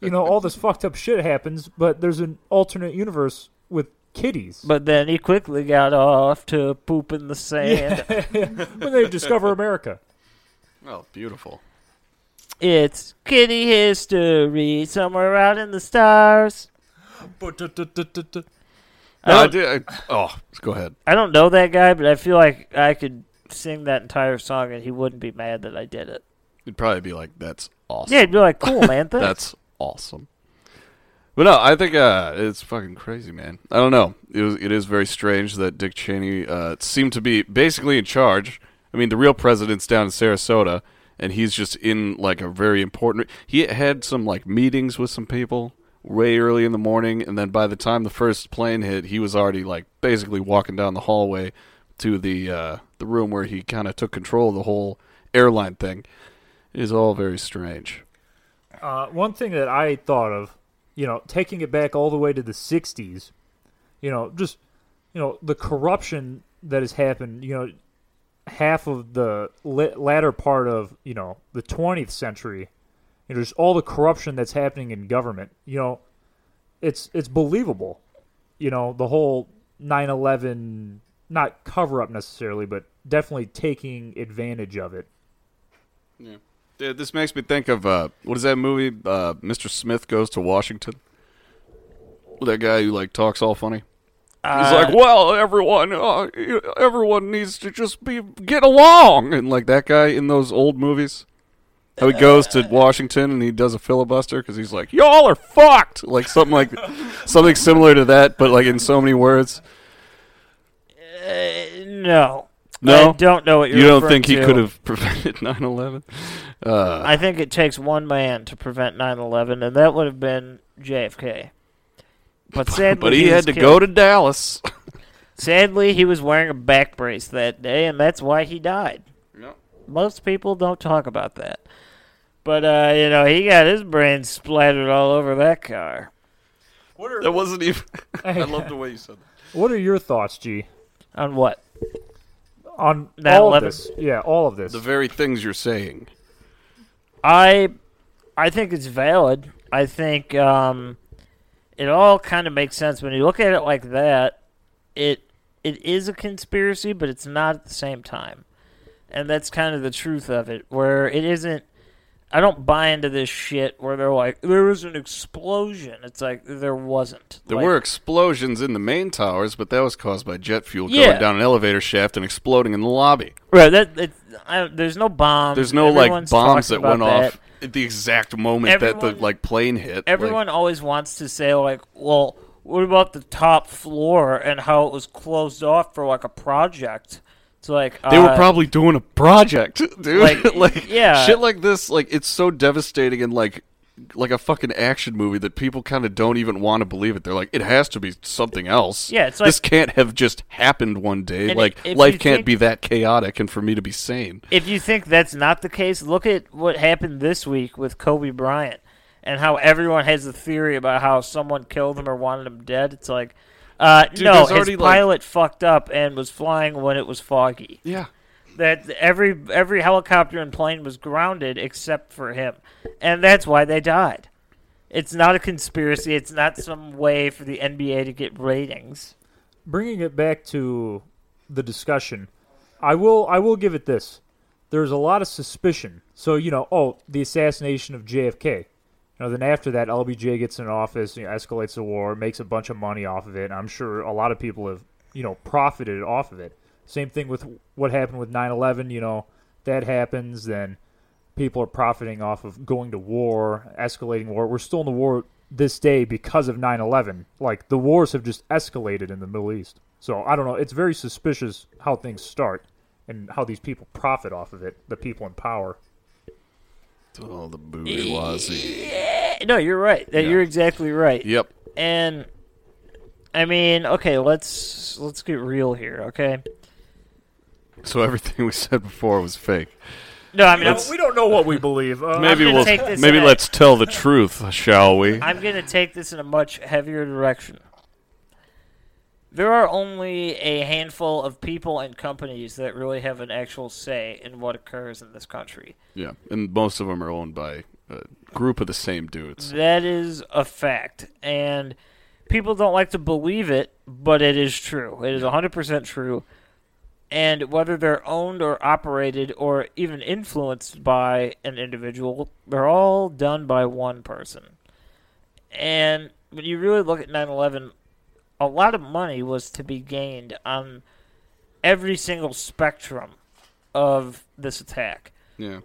S3: you know, all this fucked up shit happens, but there's an alternate universe with kitties.
S1: But then he quickly got off to poop in the sand.
S3: when they discover America.
S2: Oh, beautiful.
S1: It's kitty history somewhere out in the stars.
S2: No, I did. I, oh, go ahead.
S1: I don't know that guy, but I feel like I could sing that entire song and he wouldn't be mad that I did it.
S2: It'd probably be like, "That's awesome."
S1: Yeah, he'd be like, cool, man. Thanks.
S2: [laughs] That's awesome. But no, I think uh, it's fucking crazy, man. I don't know. It, was, it is very strange that Dick Cheney uh, seemed to be basically in charge. I mean, the real president's down in Sarasota, and he's just in like a very important. He had some like meetings with some people way early in the morning, and then by the time the first plane hit, he was already like basically walking down the hallway to the uh, the room where he kind of took control of the whole airline thing. It is all very strange.
S3: Uh, one thing that I thought of, you know, taking it back all the way to the '60s, you know, just you know the corruption that has happened. You know, half of the la- latter part of you know the 20th century, you know, just all the corruption that's happening in government. You know, it's it's believable. You know, the whole 9/11, not cover up necessarily, but definitely taking advantage of it.
S2: Yeah, this makes me think of uh, what is that movie? Uh, Mr. Smith goes to Washington. That guy who like talks all funny. He's like, "Well, everyone, uh, everyone needs to just be get along," and like that guy in those old movies. How
S1: Uh,
S2: he goes to Washington and he does a filibuster because he's like, "Y'all are fucked," like
S1: [laughs]
S2: something like something similar to that, but like in so many words.
S1: no.
S2: No,
S1: I don't know what you're
S2: you don't
S1: referring
S2: think he
S1: to.
S2: could have [laughs] prevented 9-11? Uh,
S1: I think it takes one man to prevent 9/11, and that would have been JFK. But sadly,
S2: [laughs] but he had
S1: was
S2: to
S1: killed.
S2: go to Dallas.
S1: Sadly, he was wearing a back brace that day, and that's why he died. Most people don't talk about that. But, uh, you know, he got his brains splattered all over that car.
S2: That
S1: [laughs]
S2: wasn't even. I love the way you said that.
S3: What are your thoughts, G?
S1: On what?
S3: on
S1: That
S3: all of
S1: leather.
S3: this. Yeah, all of this.
S2: The very things you're saying.
S1: I I think it's valid. I think um, it all kind of makes sense when you look at it like that. It it is a conspiracy, but it's not at the same time, and that's kind of the truth of it. Where it isn't. I don't buy into this shit where they're like, there was an explosion. It's like there wasn't.
S2: There
S1: Like,
S2: were explosions in the main towers, but that was caused by jet fuel
S1: Yeah.
S2: going down an elevator shaft and exploding in the lobby.
S1: right. That it, I, there's no bombs.
S2: There's no
S1: Everyone's
S2: like bombs
S1: talking
S2: that went
S1: about that.
S2: off at the exact moment that
S1: Everyone-
S2: the like plane hit.
S1: everyone
S2: Like,
S1: always wants to say like well what about the top floor and how it was closed off for like a project it's like
S2: they were
S1: uh,
S2: probably doing a project, [laughs] dude.
S1: like, yeah.
S2: shit like this. Like it's so devastating and like like a fucking action movie that people kind of don't even want to believe it. They're like, it has to be something else.
S1: Yeah, it's
S2: this
S1: like-
S2: can't have just happened one day.
S1: And
S2: Like
S1: if you
S2: life can't
S1: think-
S2: be that chaotic, and for me to be sane.
S1: if you think that's not the case look at what happened this week with kobe bryant and how everyone has a theory about how someone killed him or wanted him dead it's like uh,
S2: Dude,
S1: no
S2: there's
S1: his
S2: already, like-
S1: pilot fucked up and was flying when it was foggy
S2: Yeah.
S1: that every every helicopter and plane was grounded except for him, and that's why they died. It's not a conspiracy. It's not some way for the NBA to get ratings.
S3: Bringing it back to the discussion, I will I will give it this. There's a lot of suspicion. So you know, oh, the assassination of JFK. You know, then after that, LBJ gets in office, you know, escalates the war, makes a bunch of money off of it. and I'm sure a lot of people have you know profited off of it. Same thing with what happened with 9/11. You know, that happens then. people are profiting off of going to war, escalating war. We're still in the war this day because of 9/11. Like the wars have just escalated in the Middle East. So I don't know. It's very suspicious how things start and how these people profit off of it. The people in power.
S2: Oh, the
S1: E-
S2: bourgeoisie.
S1: Eh, No, you're right. That You're exactly right.
S2: Yep.
S1: And I mean, okay, let's let's get real here, okay?
S2: So everything we said before was fake.
S1: No, I mean, I'm,
S3: we don't know
S1: [laughs]
S3: what we believe. Uh,
S2: Maybe
S1: gonna
S2: we'll
S1: take this
S2: maybe
S1: and I-
S2: let's tell the truth, shall we?
S1: I'm going to take this in a much heavier direction. There are only a handful of people and companies that really have an actual say in what occurs in this country.
S2: yeah, and most of them are owned by a group of the same dudes.
S1: That is a fact. And people don't like to believe it, but it is true. It is 100% true. And whether they're owned or operated or even influenced by an individual, they're all done by one person. And when you really look at 9 11, a lot of money was to be gained on every single spectrum of this attack
S2: Yeah.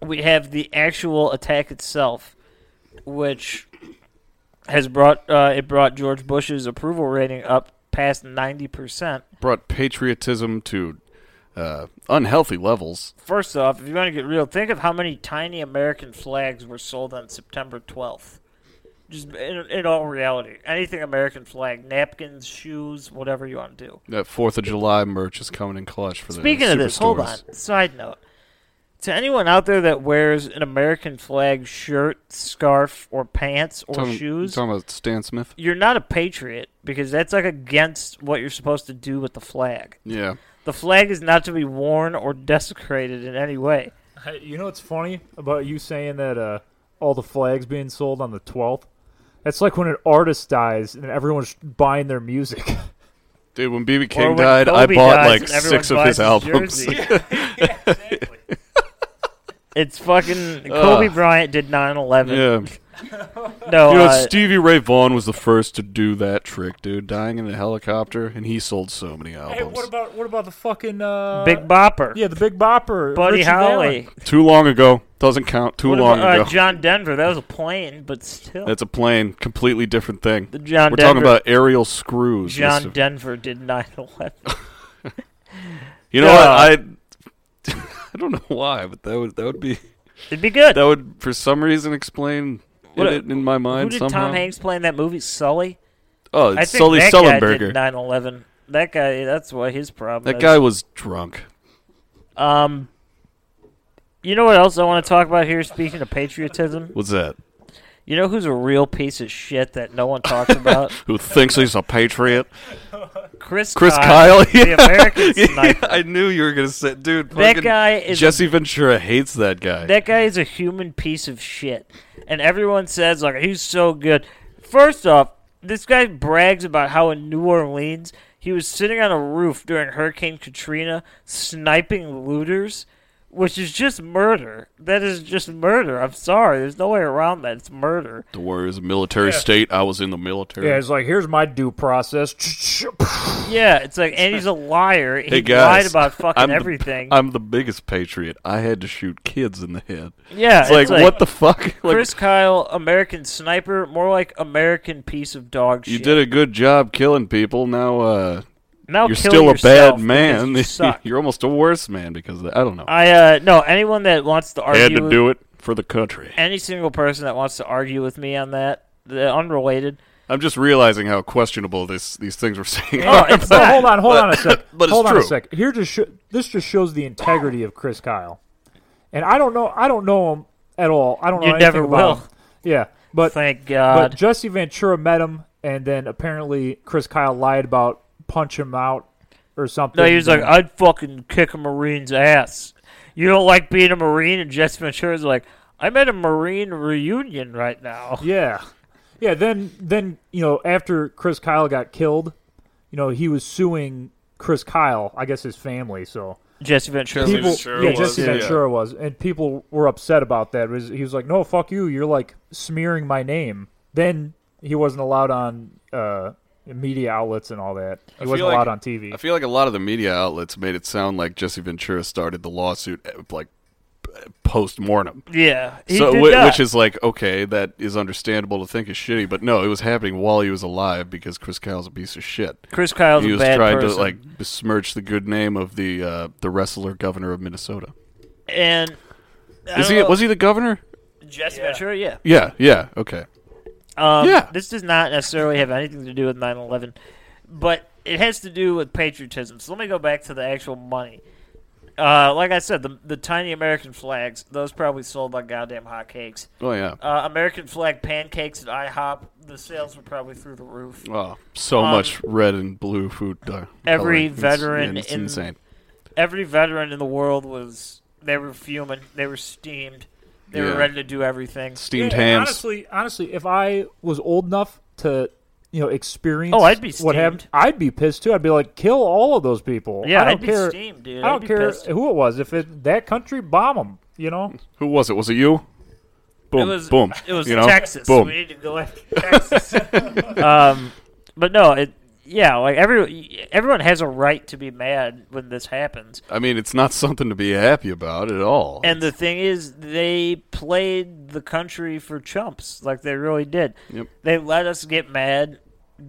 S1: we have the actual attack itself, which has brought uh, it brought George Bush's approval rating up past ninety percent.
S2: Brought patriotism to uh, unhealthy levels.
S1: First off, if you want to get real, think of how many tiny American flags were sold on September twelfth. Just in, in all reality, anything American flag, napkins, shoes, whatever you want to do.
S2: That Fourth of July merch is coming in clutch for the
S1: Speaking of this, hold on.
S2: superstores.
S1: Side note. To anyone out there that wears an American flag shirt, scarf, or pants or
S2: Talking-
S1: shoes,
S2: talking about Stan Smith.
S1: you're not a patriot because that's like against what you're supposed to do with the flag.
S2: Yeah.
S1: The flag is not to be worn or desecrated in any way.
S3: Hey, You know what's funny about you saying that uh, all the flags being sold on the 12th? That's like when an artist dies and everyone's buying their music.
S2: Dude, when BB
S1: Or
S2: King
S1: when
S2: died, I
S1: Kobe
S2: bought
S1: dies and
S2: like six of
S1: everyone
S2: his
S1: buys
S2: albums.
S3: [laughs]
S1: jersey. it's fucking Kobe Bryant did 9/11.
S2: [laughs] yeah.
S1: No,
S2: You know,
S1: uh,
S2: Stevie Ray Vaughan was the first to do that trick, dude. Dying in a helicopter, and he sold so many albums.
S3: about what about the fucking uh,
S1: Big Bopper,
S3: Yeah, the Big Bopper,
S1: Buddy
S3: Richie
S1: Holly,
S3: Valens.
S2: Too long ago. Doesn't count. Too
S1: What
S2: long
S1: about,
S2: ago.
S1: uh, John Denver. That was a plane, but still,
S2: That's a plane. Completely different thing.
S1: The John
S2: We're
S1: Denver-
S2: talking about aerial screws.
S1: John
S2: Mr.
S1: Denver did 9/11.
S2: you know
S1: Yeah.
S2: what? I [laughs] I don't know why, but that would that would be
S1: It'd be good.
S2: [laughs] that would for some reason explain
S1: What-
S2: it in my mind
S1: Who did
S2: somehow.
S1: Tom Hanks play in that movie? Sully.
S2: Oh,
S1: I
S2: it's
S1: think
S2: Sully
S1: that guy
S2: Sullenberger.
S1: did 9/11. That guy. That's why his problem.
S2: that
S1: is.
S2: guy was drunk.
S1: Um, you know what else I want to talk about here? Speaking of patriotism,
S2: What's that?
S1: you know who's a real piece of shit that no one talks
S2: [laughs]
S1: about?
S2: Who thinks he's
S1: [laughs]
S2: a patriot?
S1: Chris
S2: Chris
S1: Kyle,
S2: Kyle. [laughs] yeah.
S1: the American
S2: Yeah,
S1: sniper.
S2: [laughs] I knew you were gonna say, dude.
S1: That
S2: fucking
S1: guy is a-
S2: Jesse Ventura hates that guy.
S1: That guy is a human piece of shit, and everyone says like he's so good. First off, this guy brags about how in New Orleans he was sitting on a roof during Hurricane Katrina sniping looters, which is just murder. That is just murder. I'm sorry, there's no way around that. It's murder.
S2: the war is a military state. I was in the military.
S3: Yeah, it's like here's my due process. [laughs]
S1: Yeah, it's like and he's a liar. He
S2: Hey guys,
S1: lied about fucking
S2: I'm the-
S1: everything.
S2: I'm the biggest patriot. I had to shoot kids in the head.
S1: yeah,
S2: It's, like, what the fuck? [laughs] Like,
S1: Chris Kyle, American sniper, more like American piece of dog
S2: you
S1: shit.
S2: did a good job killing people. Now uh,
S1: now
S2: you're
S1: kill
S2: still a
S1: yourself
S2: bad
S1: because
S2: man. [laughs]
S1: You suck.
S2: you're almost a worse man because of that. I don't know.
S1: I uh, no anyone that wants to
S2: I
S1: argue
S2: had to
S1: with,
S2: do it for the country.
S1: any single person that wants to argue with me on that, the unrelated.
S2: I'm just realizing how questionable this these things we're saying.
S1: Oh,
S2: are.
S1: it's
S3: But
S1: not.
S3: hold on, hold on
S1: [laughs]
S3: a sec.
S2: But it's
S3: hold on a
S2: true.
S3: sec. Here just sho- this just shows the integrity of Chris Kyle, and I don't know, I don't know him at all. I don't know
S1: You
S3: anything
S1: never
S3: about
S1: will.
S3: him. Yeah, but
S1: Thank
S3: but
S1: God.
S3: Jesse Ventura met him, and then apparently Chris Kyle lied about punch him out or something.
S1: no, he was like, I'd fucking kick a marine's ass. You don't like being a marine, and Jesse Ventura's like, I'm at a marine reunion right now.
S3: yeah, yeah. Then then you know after Chris Kyle got killed, you know he was suing Chris Kyle, I guess his family. So.
S1: Jesse Ventura.
S2: Jesse
S3: people,
S2: Ventura
S3: yeah,
S2: was,
S3: Jesse
S2: yeah.
S3: Ventura was, and people were upset about that. It was- He was like, "No, fuck you! You're like smearing my name." Then he wasn't allowed on uh, media outlets and all that. He
S2: I
S3: wasn't
S2: feel like-
S3: allowed on
S2: [laughs]
S3: TV.
S2: I feel like a lot of the media outlets made it sound like Jesse Ventura started the lawsuit eh, like post mortem.
S1: Yeah, he
S2: so,
S1: did
S2: whi-
S1: that.
S2: which is like okay, that is understandable to think is shitty, but no, it was happening while he was alive because Chris Kyle's a piece of shit.
S1: Chris Kyle's
S2: he
S1: a
S2: was
S1: bad
S2: trying
S1: person.
S2: to like besmirch the good name of the uh, the wrestler governor of Minnesota.
S1: and I
S2: Is
S1: don't
S2: he
S1: know,
S2: was he the governor?
S1: Jesse Ventura? Yeah,
S2: Yeah, yeah, okay.
S1: um,
S2: Yeah.
S1: This does not necessarily have anything to do with 9/11, but it has to do with patriotism. So let me go back to the actual money. Uh, like I said, the the tiny American flags, those probably sold like goddamn hotcakes.
S2: Oh yeah.
S1: Uh, American flag pancakes at IHOP, the sales were probably through the roof.
S2: Oh, so much red and blue food. Uh,
S1: um, every
S2: coloring. It's-
S1: veteran
S2: it's
S1: in-
S2: insane.
S1: Every veteran in the world was they were fuming, they were steamed, they
S2: Yeah.
S1: were ready to do everything.
S2: Steamed
S3: Yeah, and
S2: hams.
S3: Honestly, honestly, if I was old enough to you know, experienced
S1: Oh, I'd be
S3: what happened,
S1: steamed.
S3: I'd be pissed too. I'd be like, kill all of those people.
S1: Yeah,
S3: I don't
S1: I'd be
S3: care.
S1: steamed, dude.
S3: I
S1: I'd
S3: don't
S1: be
S3: care
S1: pissed.
S3: who it was. If it that country, bomb them. You [laughs] know,
S2: Who was it? Was it you? Boom,
S1: it was
S2: boom.
S1: It was
S2: you know?
S1: Texas.
S2: Boom.
S1: We need to go after Texas. [laughs] um, but no, it yeah, like every everyone has a right to be mad when this happens.
S2: I mean, it's not something to be happy about at all.
S1: And the thing is, they played the country for chumps, like they really did.
S2: Yep.
S1: They let us get mad,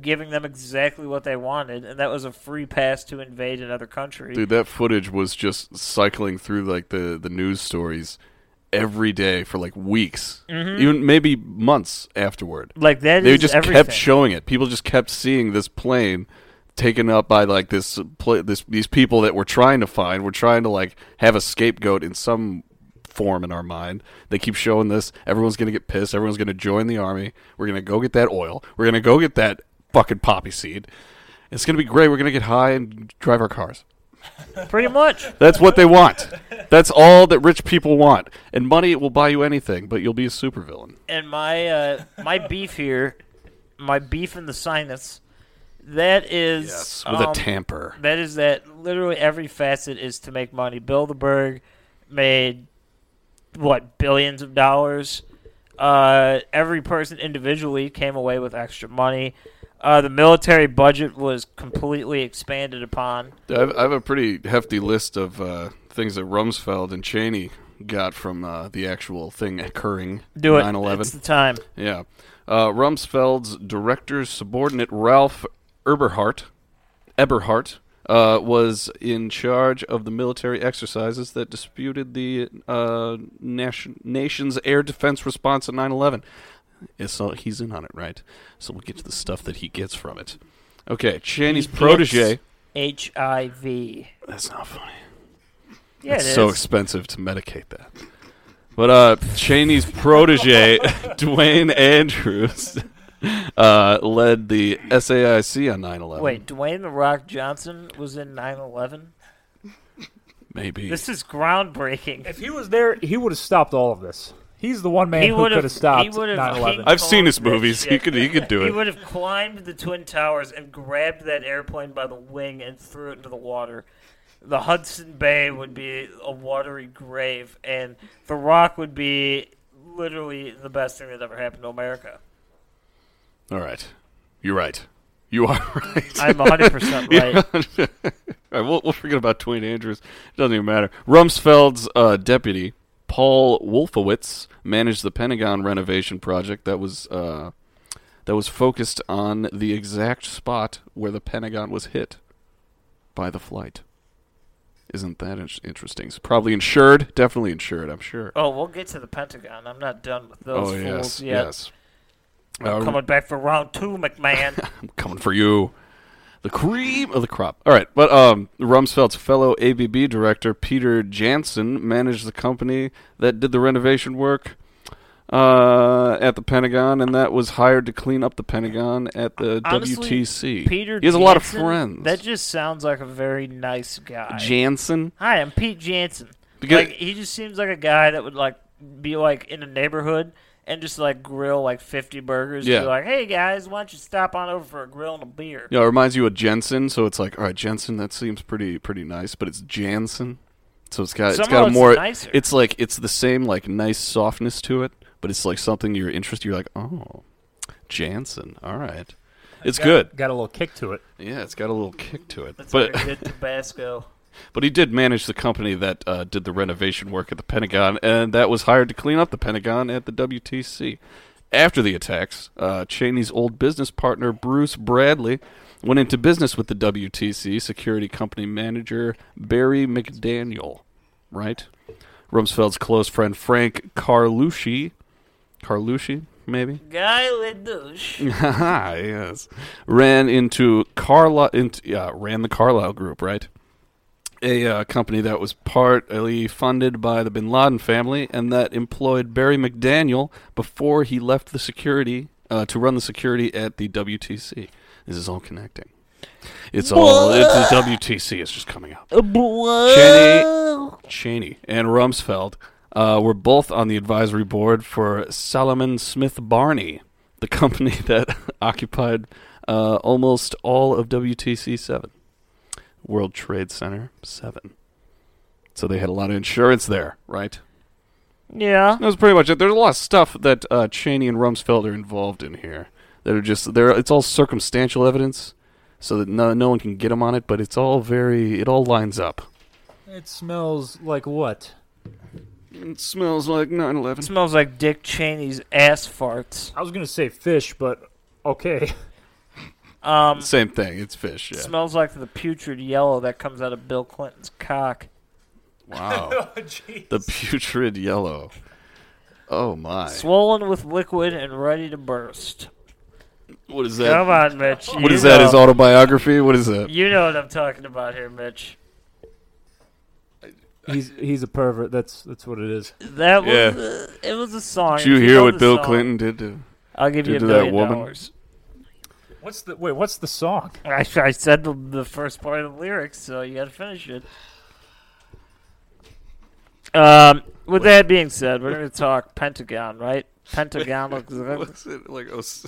S1: giving them exactly what they wanted, and that was a free pass to invade another country.
S2: Dude, that footage was just cycling through like the the news stories every day for like weeks, even maybe months afterward.
S1: Like that
S2: they
S1: is
S2: just
S1: everything.
S2: kept showing it. People just kept seeing this plane taken up by like this pla this these people that we're trying to find. We're trying to like have a scapegoat in some form in our mind. They keep showing this. Everyone's gonna get pissed. Everyone's gonna join the army. We're gonna go get that oil. We're gonna go get that fucking poppy seed. It's gonna be great. We're gonna get high and drive our cars.
S1: pretty much.
S2: That's what they want. That's all that rich people want. And money will buy you anything, but you'll be a supervillain.
S1: and my uh, [laughs] my beef here, my beef in the sinus, that is
S2: with a
S1: um,
S2: tamper.
S1: That is that literally every facet is to make money. Bilderberg made what billions of dollars. Uh, every person individually came away with extra money. Uh, the military budget was completely expanded upon.
S2: I have, I have a pretty hefty list of uh, things that Rumsfeld and Cheney got from uh, the actual thing occurring.
S1: Do it.
S2: 9/11.
S1: It's the time.
S2: Yeah. Uh, Rumsfeld's director's subordinate, Ralph Eberhardt, Eberhardt uh, was in charge of the military exercises that disputed the uh, nation, nation's air defense response at 9 11. So he's in on it, right? So we'll get to the stuff that he gets from it. Okay, Cheney's protege.
S1: HIV. Yeah,
S2: That's not funny.
S1: it
S2: it's
S1: is.
S2: so expensive to medicate that. But uh, Cheney's
S1: [laughs]
S2: protege, Dwayne Andrews, uh, led the SAIC on 9 11.
S1: Wait, Dwayne the Rock Johnson was in 9/11.
S2: Maybe.
S1: This is groundbreaking.
S3: if he was there, he would have stopped all of this. He's the one man
S1: He
S3: who
S1: would've-
S3: could have stopped
S1: he would've
S3: 9/11.
S1: king-
S2: I've seen his
S1: Holy
S2: movies. He
S1: shit.
S2: could, he could do
S1: He
S2: it.
S1: would have climbed the twin towers and grabbed that airplane by the wing and threw it into the water. The Hudson Bay would be a watery grave, and The Rock would be literally the best thing that ever happened to America.
S2: All right. You're right. You are [laughs] right.
S1: I'm
S2: [laughs]
S1: 100 percent right.
S2: All right, we'll, we'll forget about Dwayne Andrews. It doesn't even matter. Rumsfeld's uh, deputy, Paul Wolfowitz, managed the Pentagon renovation project that was uh, that was focused on the exact spot where the Pentagon was hit by the flight. Isn't that in- interesting? It's probably insured. Definitely insured. I'm sure.
S1: Oh, we'll get to the Pentagon. I'm not done with those
S2: oh
S1: fools
S2: yes,
S1: yet.
S2: yes.
S1: I'm
S2: Uh,
S1: coming back for round two, McMahon.
S2: [laughs] coming for you. The cream of the crop. All right, but um, Rumsfeld's fellow ABB director Peter Jansen managed the company that did the renovation work uh, at the Pentagon, and that was hired to clean up the Pentagon at the
S1: Honestly,
S2: WTC.
S1: Peter.
S2: he has a lot of
S1: Jansen,
S2: friends.
S1: That just sounds like a very nice guy.
S2: Jansen.
S1: Hi, I'm Pete Jansen.
S2: Because-
S1: like he just seems like a guy that would like be like in a neighborhood and just like grill like fifty burgers.
S2: Yeah.
S1: And be like, hey guys, why don't you stop on over for a grill and a beer?
S2: Yeah, it reminds you of Jensen, so it's like, all right, Jensen, that seems pretty pretty nice, but it's Jansen. So it's got it's
S1: Somehow
S2: got a
S1: it's
S2: more
S1: nicer.
S2: it's like it's the same like nice softness to it, but it's like something you're interested you're like, "Oh, Jansen. All right." It's good.
S3: Got a little kick to it.
S2: Yeah, it's got a little kick to it.
S1: That's
S2: but
S1: like a good
S2: [laughs]
S1: Tabasco.
S2: but he did manage the company that uh, did the renovation work at the Pentagon, and that was hired to clean up the Pentagon at the WTC. After the attacks, uh, Cheney's old business partner Bruce Bradley went into business with the WTC security company manager Barry McDaniel. Right, Rumsfeld's close friend Frank Carlucci, Carlucci maybe
S1: Guy Lelouch.
S2: [laughs] yes, ran into Carla, into, uh, ran the Carlisle Group, right? A uh, company that was partly funded by the Bin Laden family and that employed Barry McDaniel before he left the security uh, to run the security at the WTC. This is all connecting. It's all it's the WTC is just coming up. Cheney, Cheney and Rumsfeld uh, were both on the advisory [laughs] board for Salomon Smith Barney, the company that occupied Uh, almost all of WTC 7, World Trade Center 7. So they had a lot of insurance there, right?
S1: Yeah.
S2: That was pretty much it. There's a lot of stuff that uh, Cheney and Rumsfeld are involved in here. That are just there. It's all circumstantial evidence, so that no, no one can get them on it. But it's all very. It all lines up.
S3: It smells like what?
S2: It smells like 9/11.
S1: It smells like Dick Cheney's ass farts.
S3: I was gonna say fish, but [laughs] okay.
S1: Um,
S2: Same thing. It's fish. Yeah.
S1: Smells like the putrid yellow that comes out of Bill Clinton's cock.
S2: [laughs]
S3: Oh,
S2: wow. the putrid yellow. Oh my.
S1: Swollen with liquid and ready to burst.
S2: What is
S1: Come
S2: that?
S1: on, Mitch.
S2: What
S1: you
S2: is that?
S1: know-
S2: His autobiography? What is that?
S1: You know what I'm talking about here, Mitch.
S3: He's he's a pervert. That's that's what it is.
S1: That was
S2: Yeah.
S1: uh, it was a song.
S2: Did you
S1: If
S2: hear
S1: know
S2: what
S1: the
S2: Bill
S1: song,
S2: Clinton did [laughs] to?
S1: I'll give you a
S2: did to that
S1: million
S2: woman?
S1: dollars. [laughs]
S3: What's the wait? What's the song?
S1: I, I said the, the first part of the lyrics, so you got to finish it. Um, with that being said, we're going to talk Pentagon, right? Pentagon.
S2: [laughs] What's it like? Os-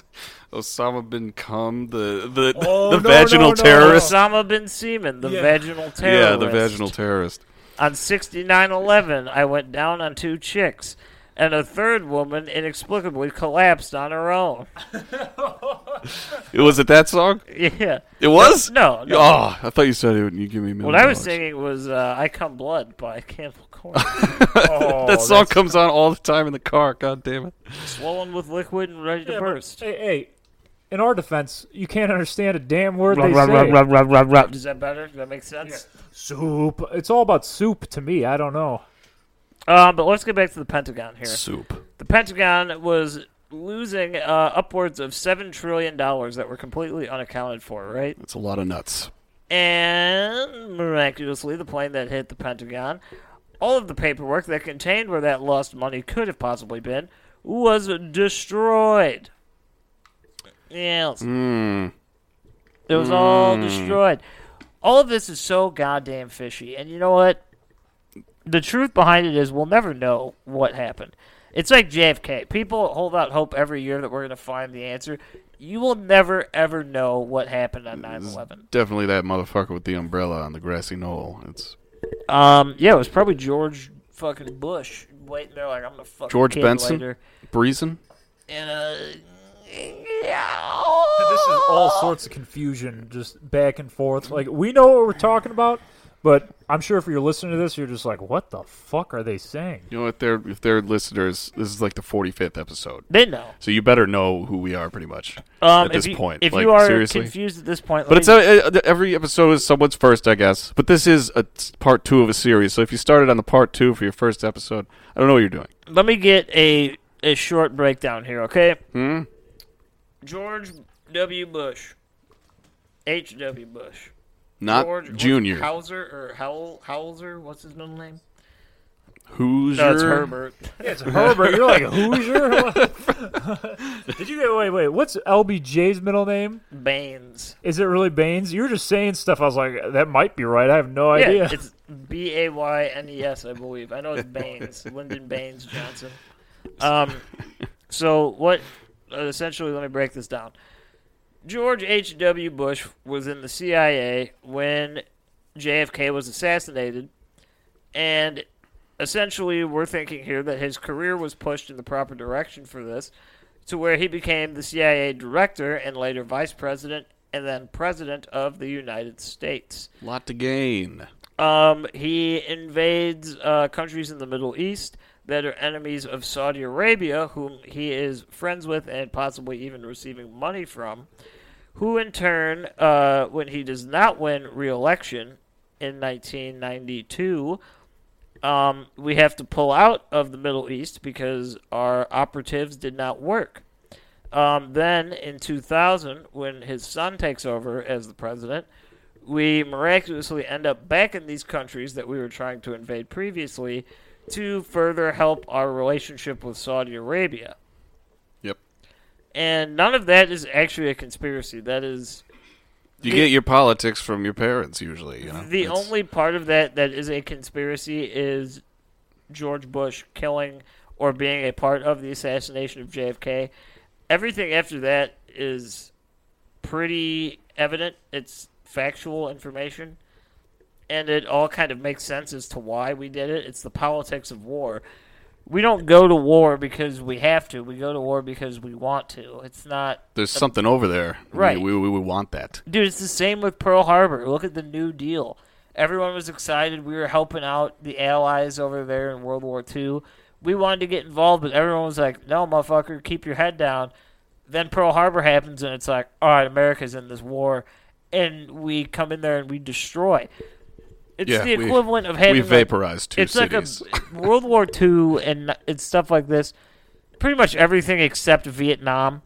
S2: Osama bin Khan, the the
S3: Oh,
S2: the
S3: no,
S2: vaginal
S3: no, no.
S2: terrorist.
S1: Osama bin Seaman, the
S3: Yeah.
S1: vaginal terrorist.
S2: Yeah, the vaginal terrorist.
S1: On 6911, I went down on two chicks, and a third woman inexplicably collapsed on her own. [laughs]
S2: It was it that song?
S1: Yeah.
S2: It was
S1: No, no.
S2: Oh, I thought you said it. When you give me a million
S1: What I was
S2: dollars.
S1: singing was uh, "I Come Blood" by Campbell [laughs] Corn.
S3: Oh,
S2: [laughs] That song comes on all the time in the car. God damn it!
S1: swollen with liquid and ready to
S3: Yeah, but-
S1: burst.
S3: Hey, hey, in our defense, you can't understand a damn word
S1: Rub,
S3: they
S1: rub,
S3: say.
S1: rub, rub, rub, rub, rub. Does that better? Does that make sense?
S3: Soup. It's all about soup to me. I don't know.
S1: Um, but let's get back to the Pentagon here.
S2: Soup.
S1: The Pentagon was losing uh, upwards of seven trillion dollars that were completely unaccounted for, right?
S2: That's a lot of nuts.
S1: And miraculously, the plane that hit the Pentagon, all of the paperwork that contained where that lost money could have possibly been, was destroyed. Yes. It was all destroyed. All of this is so goddamn fishy. And you know what? The truth behind it is we'll never know what happened. It's like JFK. People hold out hope every year that we're going to find the answer. You will never, ever know what happened on 9 11.
S2: Definitely that motherfucker with the umbrella on the grassy knoll. It's
S1: Um, yeah, it was probably George fucking Bush waiting there like I'm gonna fuck
S2: George
S1: kid
S2: Benson?
S1: later.
S2: Breezen.
S1: And uh,
S3: This is all sorts of confusion, just back and forth. Like we know what we're talking about, but I'm sure if you're listening to this, you're just like, "What the fuck are they saying?"
S2: You know what? They're if they're listeners, this is like the forty fifth episode.
S1: they know.
S2: So you better know who we are, pretty much.
S1: Um,
S2: at this
S1: if you,
S2: point,
S1: if
S2: like,
S1: you are
S2: seriously.
S1: confused at this point,
S2: But
S1: let
S2: it's
S1: me-
S2: uh, uh, every episode is someone's first, I guess. But this is a t- part two of a series. So if you started on the part two for your first episode, I don't know what you're doing.
S1: let me get a a short breakdown here, okay? Hmm. George W. Bush, H. W. Bush,
S2: Not
S1: George
S2: Uh, Junior.
S1: Hauser or Howell Hauser. What's his middle name?
S2: Who's
S1: No, it's
S2: your-
S1: Herbert. [laughs]
S3: It's Herbert. You're like Hoosier. Did you get wait wait? What's LBJ's middle name?
S1: Baines.
S3: Is it really Baines? You were just saying stuff. I was like, that might be right. I have no idea.
S1: Yeah, it's B A Y N E S, I believe. I know it's Baines, Lyndon Baines Johnson. Um, so what? Uh, essentially, let me break this down. George H. W. Bush was in the CIA when JFK was assassinated, and essentially, we're thinking here that his career was pushed in the proper direction for this, to where he became the CIA director and later vice president and then president of the United States.
S2: lot to gain?
S1: Um, he invades uh, countries in the Middle East that are enemies of Saudi Arabia, whom he is friends with and possibly even receiving money from. Who, in turn, uh, when he does not win re-election in 1992, um, we have to pull out of the Middle East because our operatives did not work. Um, then in 2000, when his son takes over as the president, we miraculously end up back in these countries that we were trying to invade previously to further help our relationship with Saudi Arabia.
S2: Yep.
S1: And none of that is actually a conspiracy. That is
S2: You get your politics from your parents usually. You know.
S1: the
S2: It's-
S1: only part of that that is a conspiracy is George Bush killing or being a part of the assassination of JFK. Everything after that is pretty evident. It's factual information. And it all kind of makes sense as to why we did it. It's the politics of war. We don't go to war because we have to. We go to war because we want to. It's not
S2: There's something over there. We-
S1: Right.
S2: We, we, we want that.
S1: Dude, it's the same with Pearl Harbor. Look at the New Deal. Everyone was excited. We were helping out the Allies over there in World War II. We wanted to get involved, but everyone was like, no, motherfucker, keep your head down. Then Pearl Harbor happens, and it's like, all right, America's in this war. And we come in there and we destroy. It's
S2: Yeah,
S1: the
S2: we-
S1: equivalent of having.
S2: we
S1: like-
S2: vaporized two
S1: it's
S2: cities.
S1: like a World War II and and stuff like this. Pretty much everything except Vietnam.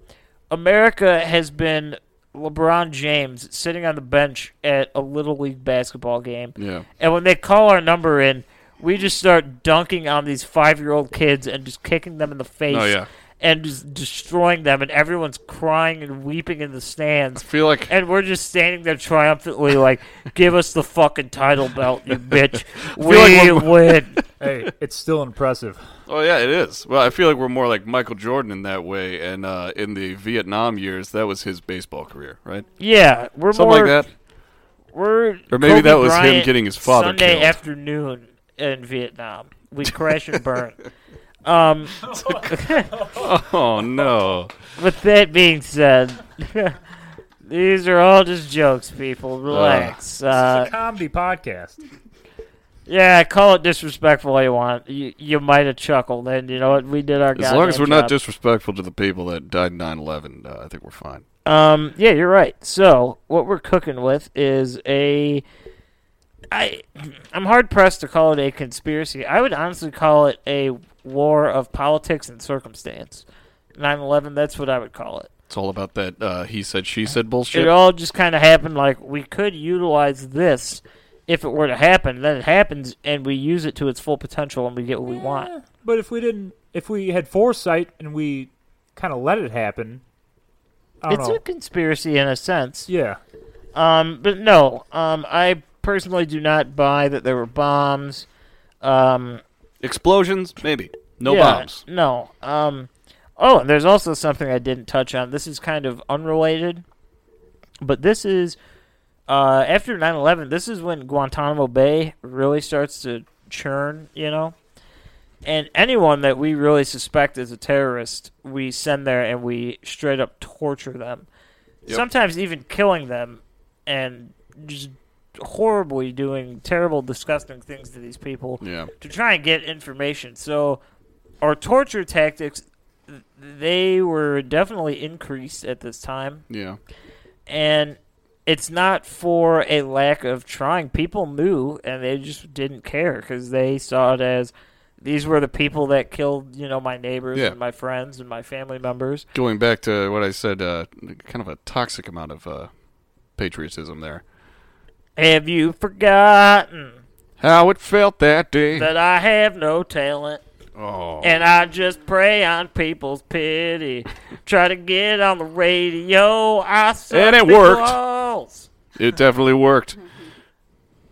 S1: America has been LeBron James sitting on the bench at a little league basketball game.
S2: yeah.
S1: And when they call our number in, we just start dunking on these five year old kids and just kicking them in the face.
S2: Oh, yeah.
S1: And just destroying them, and everyone's crying and weeping in the stands.
S2: I feel like
S1: And we're just standing there triumphantly, like, give us the fucking title belt,
S2: [laughs]
S1: you bitch. We
S2: like we're- [laughs]
S1: win.
S3: [laughs] hey, it's still impressive.
S2: Oh yeah, it is. Well, I feel like we're more like Michael Jordan in that way, and uh, in the Vietnam years, that was his baseball career, right?
S1: Yeah, we're
S2: Something
S1: more.
S2: like
S1: [laughs]
S2: that. [laughs]
S1: We're
S2: Or maybe
S1: Kobe
S2: that was him
S1: Bryant
S2: getting his father
S1: Sunday
S2: killed.
S1: afternoon in Vietnam. We crash and burn. [laughs] um,
S2: Oh no,
S1: with that being said, [laughs] these are all just jokes, people. Relax. Uh,
S3: Comedy podcast.
S1: yeah, call it disrespectful all you want. You, you might have chuckled, and you know what? We did our.
S2: as long as
S1: goddamn
S2: we're not
S1: job.
S2: disrespectful to the people that died in 9/11, uh, I think we're fine.
S1: Um, yeah, you're right. So what we're cooking with is a. I I'm hard pressed to call it a conspiracy. I would honestly call it a war of politics and circumstance. 9/11. That's what I would call it.
S2: It's all about that uh, he said, she said
S1: It
S2: bullshit.
S1: all just kind of happened. Like we could utilize this if it were to happen. Then it happens, and we use it to its full potential, and we get what we want.
S3: But if we didn't, if we had foresight and we kind of let it happen, I don't
S1: It's
S3: know.
S1: a conspiracy in a sense.
S3: yeah,
S1: Um, but no. Um, I personally do not buy that there were bombs. Um,
S2: Explosions, maybe. No
S1: Yeah,
S2: bombs.
S1: No. Um, oh, and there's also something I didn't touch on. This is kind of unrelated, but this is uh, after 9/11. This is when Guantanamo Bay really starts to churn. You know, and anyone that we really suspect is a terrorist, we send there and we straight up torture them. Sometimes even killing them and just horribly doing terrible, disgusting things to these people
S2: Yeah.
S1: to try and get information. So our torture tactics th- they were definitely increased at this time
S2: Yeah.
S1: and it's not for a lack of trying people knew and they just didn't care because they saw it as these were the people that killed you know my neighbors
S2: Yeah.
S1: and my friends and my family members
S2: Going back to what I said, uh, kind of a toxic amount of uh, patriotism there.
S1: have you forgotten
S2: How it felt that day.
S1: that i have no talent
S2: oh.
S1: And I just prey on people's pity. Try to get on the radio. I suck
S2: And it
S1: big
S2: worked.
S1: balls.
S2: It
S1: [laughs]
S2: definitely worked.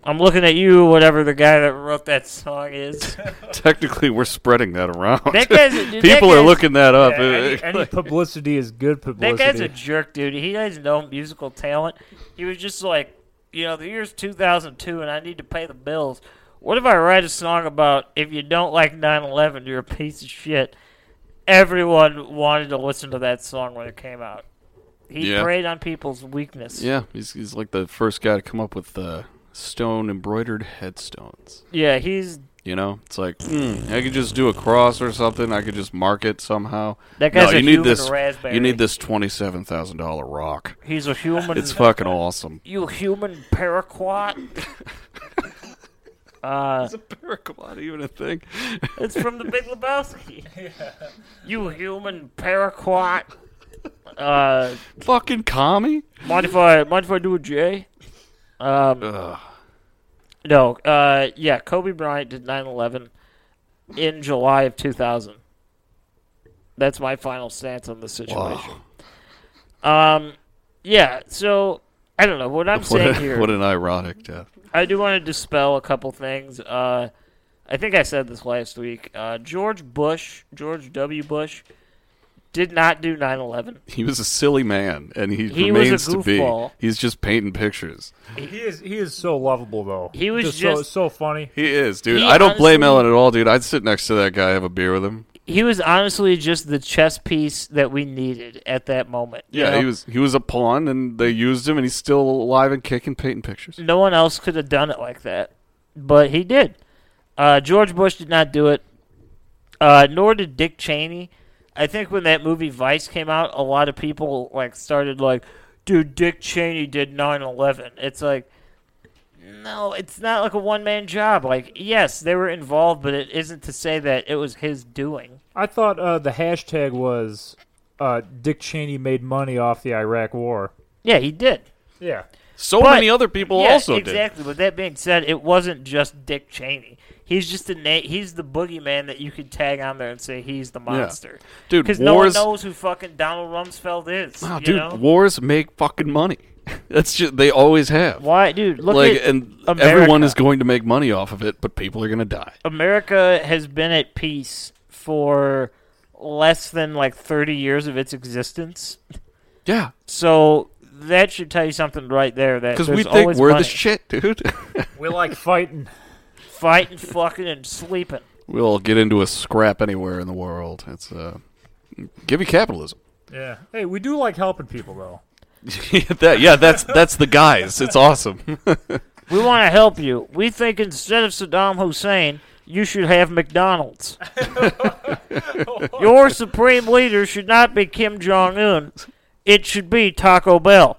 S1: I'm looking at you, whatever the guy that wrote that song
S2: [laughs]
S1: is.
S2: Technically, we're spreading that around.
S1: That
S2: [laughs]
S1: guy's-
S2: People
S1: dude, that
S2: are
S1: guy's-
S2: looking that up. Uh, [laughs]
S3: any, any publicity is
S1: that
S3: good publicity.
S1: guy's a jerk, dude. He has no musical talent. He was just like, you know, the year's 2002 and I need to pay the bills. What if I write a song about if you don't like 9 11, you're a piece of shit? Everyone wanted to listen to that song when it came out. He
S2: Yeah.
S1: preyed on people's weakness.
S2: Yeah, he's, he's like the first guy to come up with uh, stone embroidered headstones.
S1: yeah he's
S2: You know, it's like hmm, I could just do a cross or something. I could just mark it somehow.
S1: That guy's
S2: no,
S1: a
S2: you need
S1: human
S2: this.
S1: raspberry.
S2: You need this twenty-seven thousand dollar rock.
S1: He's a human.
S2: It's fucking awesome.
S1: you human paraquat. Uh,
S2: Is a paraquat even a thing?
S1: It's from the Big Lebowski. You human paraquat. Uh,
S2: [laughs] fucking commie.
S1: mind if I mind if I do a J? Um, no. Uh, yeah, Kobe Bryant did 9/11 in July of 2000. That's my final stance on the situation. Um, yeah. So I don't know what I'm
S2: What,
S1: saying
S2: a,
S1: here.
S2: what an ironic death.
S1: I do want to dispel a couple things. Uh, I think I said this last week. Uh, George Bush, George W. Bush, did not do 9 11.
S2: He was a silly man, and he,
S1: He was a
S2: remains to be.
S1: goofball.
S2: He's just painting pictures.
S3: He is he is so lovable though.
S1: He was just-
S3: so, so funny.
S2: He is, dude.
S1: He
S2: I don't blame
S1: honestly-
S2: Ellen at all, dude. I'd sit next to that guy, have a beer with him.
S1: He was honestly just the chess piece that we needed at that moment. you
S2: Yeah,
S1: know?
S2: he was he was a pawn, and they used him, and he's still alive and kicking, painting pictures.
S1: No one else could have done it like that, but he did. Uh, George Bush did not do it, uh, nor did Dick Cheney. I think when that movie Vice came out, a lot of people like started like, "Dude, Dick Cheney did 9/11." It's like, no, it's not like a one man job. Like, yes, they were involved, but it isn't to say that it was his doing.
S3: I thought uh, the hashtag was uh, Dick Cheney made money off the Iraq War.
S1: Yeah, he did.
S3: Yeah.
S2: So
S1: But-
S2: many other people
S1: yeah,
S2: also
S1: exactly.
S2: did.
S1: With that being said, it wasn't just Dick Cheney. He's just the na- he's the boogeyman that you could tag on there and say he's the monster.
S2: Dude,
S1: because no one
S2: wars-
S1: knows who fucking Donald Rumsfeld is.
S2: Wow,
S1: you
S2: dude,
S1: know?
S2: wars make fucking money. [laughs] That's just they always have.
S1: why, dude? Look
S2: like,
S1: at
S2: and
S1: America.
S2: everyone is going to make money off of it, but people are going to die.
S1: America has been at peace for less than like thirty years of its existence.
S2: Yeah,
S1: So that should tell you something right there. That
S2: because we
S1: there's
S2: think
S1: always
S2: we're
S1: money.
S2: the shit, dude. [laughs]
S3: We like [laughs] fighting.
S1: fighting, fucking, and sleeping.
S2: we'll all get into a scrap anywhere in the world. It's uh, give you capitalism.
S3: Yeah. Hey, we do like helping people though.
S2: that, [laughs] yeah, that's that's the guys. It's awesome. [laughs]
S1: We want to help you. We think instead of Saddam Hussein, you should have McDonald's. Your supreme leader should not be Kim Jong Un. It should be Taco Bell.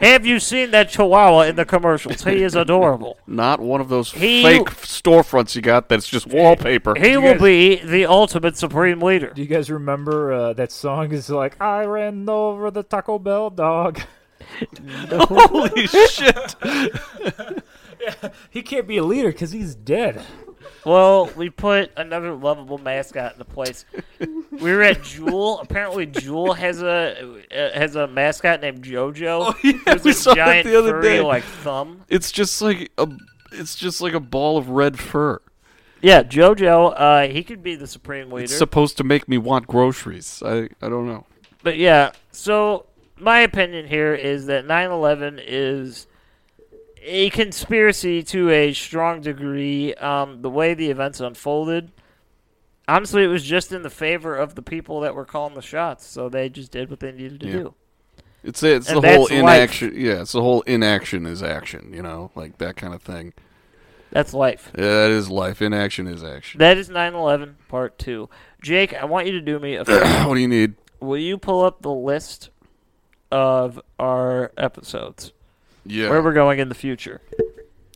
S1: have you seen that chihuahua in the commercials? He is adorable.
S2: Not one of those
S1: He-
S2: fake storefronts you got that's just wallpaper.
S1: He will be the ultimate supreme leader.
S3: Do you guys remember uh, that song? Is like I ran over the Taco Bell dog.
S2: [laughs] Holy
S3: [laughs]
S2: shit!
S3: He can't be a leader because he's dead.
S1: Well, we put another lovable mascot in the place. We were at Jewel. Apparently, Jewel has a uh, has a mascot named JoJo. Oh,
S2: yeah, we saw that
S1: giant
S2: the other
S1: furry,
S2: day.
S1: like thumb.
S2: It's just like a, it's just like a ball of red fur.
S1: Yeah, JoJo. Uh, he could be the supreme leader.
S2: It's supposed to make me want groceries. I I don't know.
S1: but yeah, so my opinion here is that 9/11 is a conspiracy to a strong degree. Um, the way the events unfolded, honestly, it was just in the favor of the people that were calling the shots. So they just did what they needed to
S2: Yeah.
S1: do.
S2: It's it's
S1: And
S2: the whole
S1: that's life.
S2: inaction. Yeah, it's the whole inaction is action. You know, like that kind of thing.
S1: That's life.
S2: Yeah, that is life. Inaction is action.
S1: That is 9/11 Part Two. Jake, I want you to do me a.
S2: [coughs]
S1: favor.
S2: [clears throat] what do you need?
S1: Will you pull up the list of our episodes?
S2: Yeah.
S1: Where we're going in the future.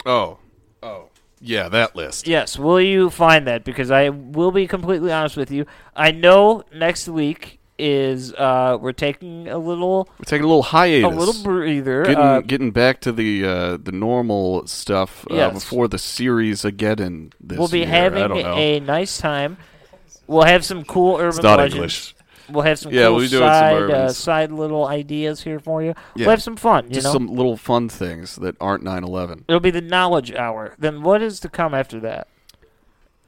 S2: oh, oh, yeah, that list.
S1: Yes, will you find that? Because I will be completely honest with you. I know next week is uh, we're taking a little
S2: We're taking a little hiatus.
S1: a little breather.
S2: Getting,
S1: uh,
S2: getting back to the uh, the normal stuff uh,
S1: Yes.
S2: before the series again. In this
S1: we'll be
S2: year. I
S1: having
S2: don't know.
S1: a nice time. We'll have some cool urban
S2: it's not
S1: legends.
S2: English.
S1: We'll have some
S2: Yeah,
S1: cool
S2: we'll be doing some
S1: side uh,
S2: urbans.
S1: side little ideas here for you.
S2: Yeah.
S1: We'll have some fun. You
S2: Just
S1: know,
S2: some little fun things that aren't 9/11.
S1: it'll be the knowledge hour. Then what is to come after that?